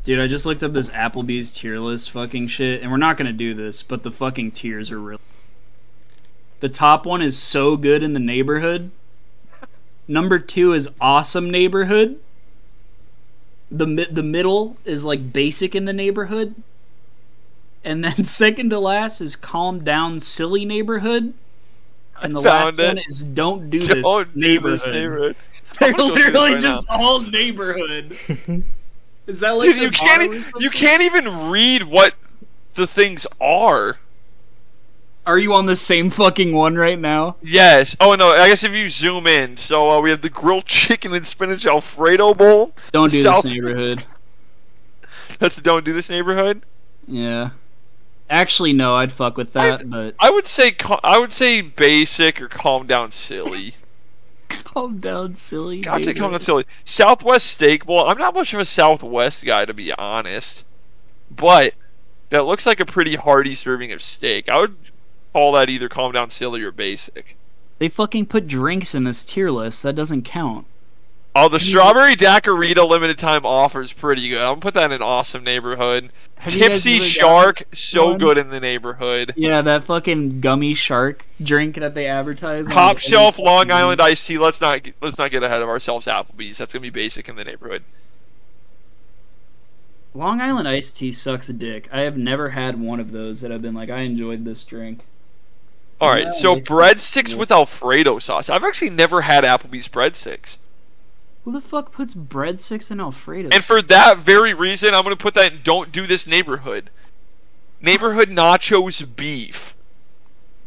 Speaker 4: Dude, I just looked up this Applebee's tier list fucking shit, and we're not gonna do this, but the fucking tiers are real. The top one is so good in the neighborhood. Number two is awesome neighborhood. The mi- the middle is like basic in the neighborhood, and then second to last is calm down silly neighborhood, and the last
Speaker 5: found it.
Speaker 4: one is don't do this
Speaker 5: Oh, neighbors,
Speaker 4: neighborhood.
Speaker 5: neighborhood.
Speaker 4: They're
Speaker 5: I'm gonna go through
Speaker 4: literally
Speaker 5: it right
Speaker 4: just all neighborhood. Is that like
Speaker 5: Dude,
Speaker 4: the
Speaker 5: you can't
Speaker 4: motto or
Speaker 5: e-
Speaker 4: something?
Speaker 5: you can't even read what the things are.
Speaker 4: Are you on the same fucking one right now?
Speaker 5: Yes. Oh no. I guess if you zoom in, so uh, we have the grilled chicken and spinach Alfredo bowl.
Speaker 4: Don't do
Speaker 5: South-
Speaker 4: this neighborhood.
Speaker 5: That's the don't do this neighborhood.
Speaker 4: Yeah. Actually, no, I'd fuck with that, but
Speaker 5: I would say cal- I would say basic or calm down silly.
Speaker 4: calm down, silly.
Speaker 5: God, they come
Speaker 4: neighborhood.
Speaker 5: out silly. Southwest Steak Bowl. I'm not much of a Southwest guy to be honest, but that looks like a pretty hearty serving of steak. I would call that either calm down silly or basic.
Speaker 4: They fucking put drinks in this tier list. That doesn't count.
Speaker 5: Oh, the strawberry daiquirita limited time offer is pretty good. I'm gonna put that in awesome neighborhood.
Speaker 4: Have you guys
Speaker 5: Tipsy
Speaker 4: ever gotten-
Speaker 5: shark, so
Speaker 4: one?
Speaker 5: good in the neighborhood.
Speaker 4: Yeah, that fucking gummy shark drink that they advertise. on
Speaker 5: Top
Speaker 4: every
Speaker 5: shelf
Speaker 4: fucking-
Speaker 5: Long Island iced tea. Let's not let's not get ahead of ourselves. Applebee's. That's gonna be basic in the neighborhood.
Speaker 4: Long Island iced tea sucks a dick. I have never had one of those that I've been like, I enjoyed this drink.
Speaker 5: All right,
Speaker 4: Yeah,
Speaker 5: so
Speaker 4: it's-
Speaker 5: breadsticks
Speaker 4: yeah.
Speaker 5: with Alfredo sauce. I've actually never had Applebee's breadsticks,
Speaker 4: Who the fuck puts breadsticks in Alfredo?
Speaker 5: and for that very reason, I'm gonna put that in don't do this neighborhood. Neighborhood nachos beef.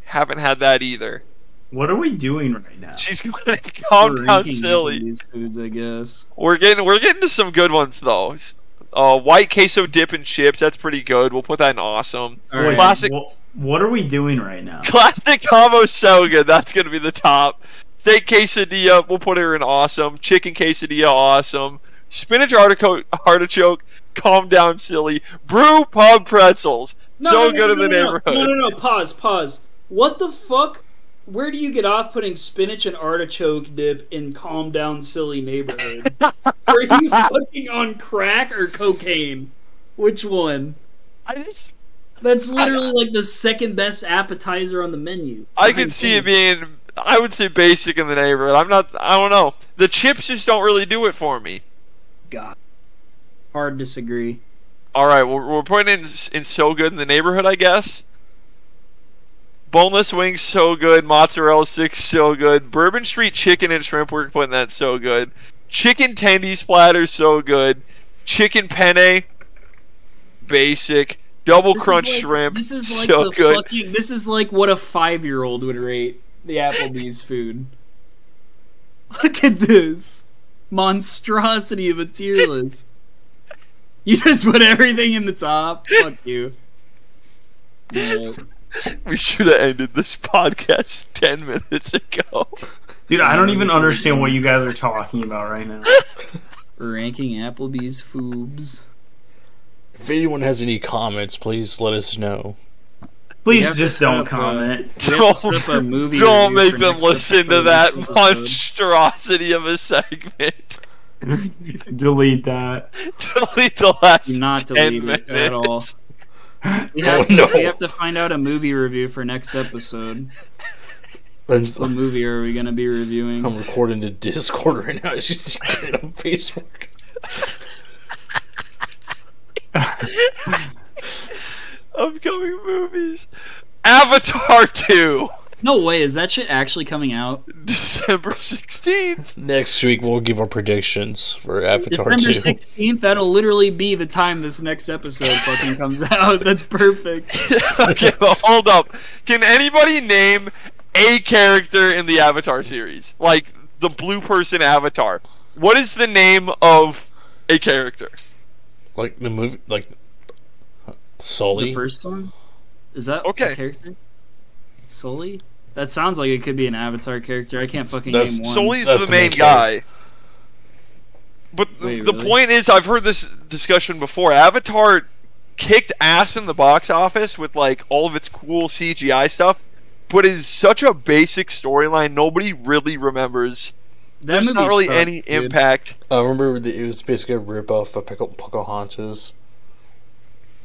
Speaker 5: Haven't had that either.
Speaker 6: What are we doing right now?
Speaker 5: She's going to calm down,
Speaker 4: Ranking
Speaker 5: silly.
Speaker 4: These foods, I guess.
Speaker 5: We're getting we're getting to some good ones though. S- Uh, white queso dip and chips. That's pretty good. We'll put that in awesome.
Speaker 6: Oh,
Speaker 4: All right.
Speaker 5: Classic-
Speaker 6: What, what are we doing right now?
Speaker 5: Classic combo so good. That's gonna be the top. Steak quesadilla. We'll put her in awesome. Chicken quesadilla. Awesome. Spinach artichoke. Artichoke. Calm down, silly. Brew pub pretzels. so good in the neighborhood.
Speaker 4: No, no, no. Pause, pause. What the fuck? Where do you get off putting spinach and artichoke dip in calm down, silly neighborhood? Are you fucking on crack or cocaine? Which one?
Speaker 5: I just
Speaker 4: That's literally like the second best appetizer on the menu.
Speaker 5: I can see it being. I would say basic in the neighborhood. I'm not. I don't know. The chips just don't really do it for me.
Speaker 4: Hard disagree.
Speaker 5: All right, we're, we're putting in, in so good in the neighborhood, I guess. Boneless wings, so good. Mozzarella sticks, so good. Bourbon Street chicken and shrimp, we're putting that so good. Chicken tendy splatter, so good. Chicken penne, basic. Double
Speaker 4: This is
Speaker 5: crunch
Speaker 4: like-
Speaker 5: shrimp,
Speaker 4: This is like
Speaker 5: so
Speaker 4: the
Speaker 5: good.
Speaker 4: fucking. This is like what a five-year-old would rate the Applebee's food. Look at this monstrosity of a tier list. You just put everything in the top. Fuck you. Alright.
Speaker 5: We should have ended this podcast ten minutes ago.
Speaker 6: Dude, I don't even understand what you guys are talking about right now.
Speaker 4: ranking Applebee's foobs.
Speaker 1: If anyone has any comments, please let us know.
Speaker 6: Please
Speaker 4: have to
Speaker 6: just don't
Speaker 4: stop, uh,
Speaker 6: comment.
Speaker 4: We have to set up a movie
Speaker 5: Don't
Speaker 4: review
Speaker 5: make
Speaker 4: for
Speaker 5: them
Speaker 4: next
Speaker 5: listen to
Speaker 4: episode,
Speaker 5: that
Speaker 4: next episode.
Speaker 5: monstrosity of a segment.
Speaker 6: Delete that.
Speaker 5: Delete the last
Speaker 4: Do not
Speaker 5: 10
Speaker 4: delete
Speaker 5: minutes.
Speaker 4: it at all. We
Speaker 1: Oh,
Speaker 4: have, to,
Speaker 1: no.
Speaker 4: we have to find out a movie review for next episode.
Speaker 1: I'm,
Speaker 4: What movie are we going to be reviewing?
Speaker 1: I'm recording to Discord right now. It's just secret on Facebook.
Speaker 5: Upcoming movies. Avatar 2,
Speaker 4: No way, is that shit actually coming out?
Speaker 5: December 16th.
Speaker 1: Next week we'll give our predictions for Avatar
Speaker 4: December
Speaker 1: 2.
Speaker 4: 16th, that'll literally be the time this next episode fucking comes out. That's perfect.
Speaker 5: okay, but hold up. Can anybody name a character in the Avatar series? Like the blue person Avatar. What is the name of a character?
Speaker 1: Like the movie, like
Speaker 4: The
Speaker 1: Sully.
Speaker 4: first one? Is that
Speaker 5: Okay.
Speaker 4: a character? Sully? That sounds like it could be an Avatar character. I can't fucking
Speaker 1: That's
Speaker 4: name one.
Speaker 5: Sully's
Speaker 1: That's
Speaker 5: the,
Speaker 1: the
Speaker 5: main
Speaker 1: main
Speaker 5: guy. But th-
Speaker 4: Wait,
Speaker 5: the
Speaker 4: really?
Speaker 5: point is, I've heard this discussion before. Avatar kicked ass in the box office with like all of its cool CGI stuff, but it's such a basic storyline. Nobody really remembers.
Speaker 4: That
Speaker 5: There's
Speaker 4: movie
Speaker 5: not really
Speaker 4: sucked,
Speaker 5: any
Speaker 4: dude.
Speaker 5: impact.
Speaker 1: I remember that it was basically a ripoff of Pickle Pocahontas.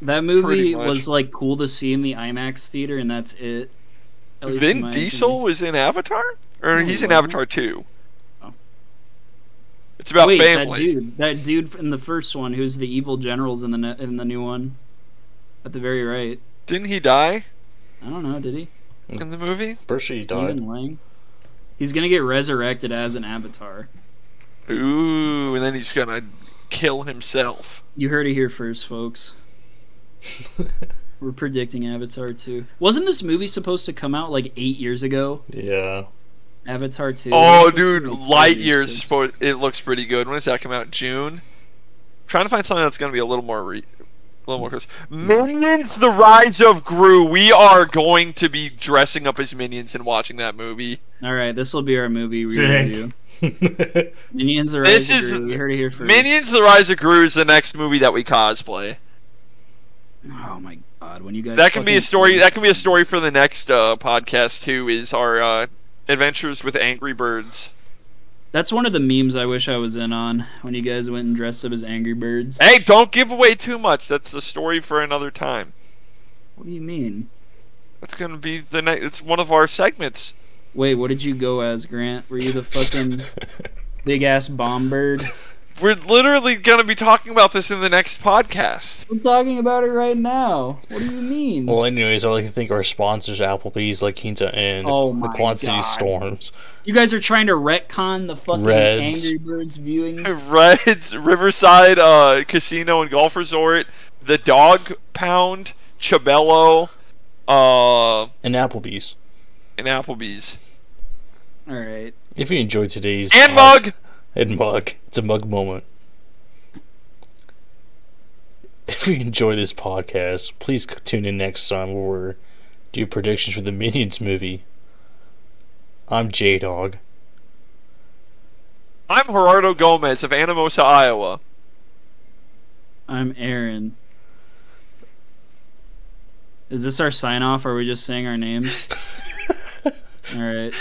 Speaker 4: That
Speaker 5: Pretty
Speaker 4: movie
Speaker 5: much.
Speaker 4: was like cool to see in the IMAX theater, and that's it. At least in
Speaker 5: Vin
Speaker 4: my
Speaker 5: Diesel
Speaker 4: opinion.
Speaker 5: was in Avatar, or
Speaker 4: No, he
Speaker 5: he's in
Speaker 4: wasn't.
Speaker 5: Avatar Two.
Speaker 4: Oh.
Speaker 5: It's about
Speaker 4: Wait, that
Speaker 5: family.
Speaker 4: dude, that dude in the first one, who's the evil generals in the ne- in the new one, at the very right.
Speaker 5: Didn't he die
Speaker 4: I don't know, did he?
Speaker 5: in the movie?
Speaker 1: First she died.
Speaker 4: Stephen Lang. He's gonna get resurrected as an avatar.
Speaker 5: Ooh, and then he's gonna kill himself.
Speaker 4: You heard it here first, folks. We're predicting Avatar 2. Wasn't this movie supposed to come out like eight years ago?
Speaker 1: yeah.
Speaker 4: Avatar 2.
Speaker 5: Oh,
Speaker 4: It was supposed to
Speaker 5: dude,
Speaker 4: be, like, four
Speaker 5: Light
Speaker 4: years
Speaker 5: Years.
Speaker 4: ago.
Speaker 5: Spo- it looks pretty good. When does that come out? June. trying to find something that's gonna be a little more, re- a little more close. Minions: The Rise of Gru. We are going to be dressing up as minions and watching that movie.
Speaker 4: All right, this will be our movie we
Speaker 6: Sick.
Speaker 4: review. Minions are
Speaker 5: This
Speaker 4: Rise
Speaker 5: is-
Speaker 4: of Gru. You heard it here first.
Speaker 5: Minions: The Rise of Gru is the next movie that we cosplay.
Speaker 4: Oh my god, when you guys
Speaker 5: that can be a
Speaker 4: fucking-
Speaker 5: story. That can be a story for the next uh, podcast too. Is our uh, adventures with Angry Birds.
Speaker 4: That's one of the memes I wish I was in on when you guys went and dressed up as Angry Birds.
Speaker 5: Hey, don't give away too much. That's the story for another time.
Speaker 4: What do you mean?
Speaker 5: That's gonna be the next. It's one of our segments.
Speaker 4: Wait, what did you go as, Grant? Were you the fucking big ass bomb bird?
Speaker 5: We're literally going to be talking about this in the next podcast.
Speaker 4: I'm talking about it right now. What do you mean?
Speaker 1: well, anyways, I'd like to thank our sponsors, Applebee's, La Quinta, and
Speaker 4: Oh
Speaker 1: the
Speaker 4: my
Speaker 1: Quad City
Speaker 4: God.
Speaker 1: Storms.
Speaker 4: you guys are trying to retcon the fucking
Speaker 1: Reds.
Speaker 4: Angry Birds viewing.
Speaker 5: Reds, Riverside uh, Casino and Golf Resort, The Dog Pound, Chabello, uh,
Speaker 1: And Applebee's.
Speaker 5: and Applebee's.
Speaker 4: All right.
Speaker 1: If you enjoyed today's
Speaker 5: And
Speaker 1: pod-
Speaker 5: Mug!
Speaker 1: and mug. It's a mug moment. If you enjoy this podcast, please c- tune in next time where we're do predictions for the Minions movie. I'm J Dog.
Speaker 5: I'm Gerardo Gomez of Anamosa, Iowa.
Speaker 4: I'm Aaron. Is this our sign off? Or are we just saying our names? All right.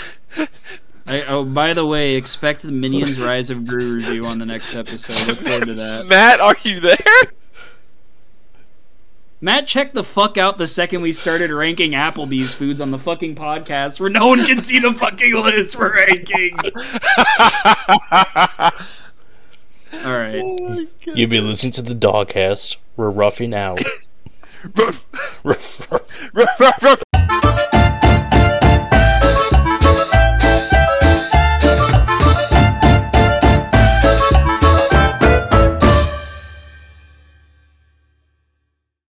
Speaker 4: I, oh, by the way, expect the Minions Rise of Gru review on the next episode. Look forward to that.
Speaker 5: Matt, are you there?
Speaker 4: Matt checked the fuck out the second we started ranking Applebee's foods on the fucking podcast where no one can see the fucking list we're ranking. All right.
Speaker 1: You'll be listening to the Dogcast. We're roughing out.
Speaker 5: Ruff,
Speaker 1: Ruff, ruff.
Speaker 5: ruff, ruff, ruff.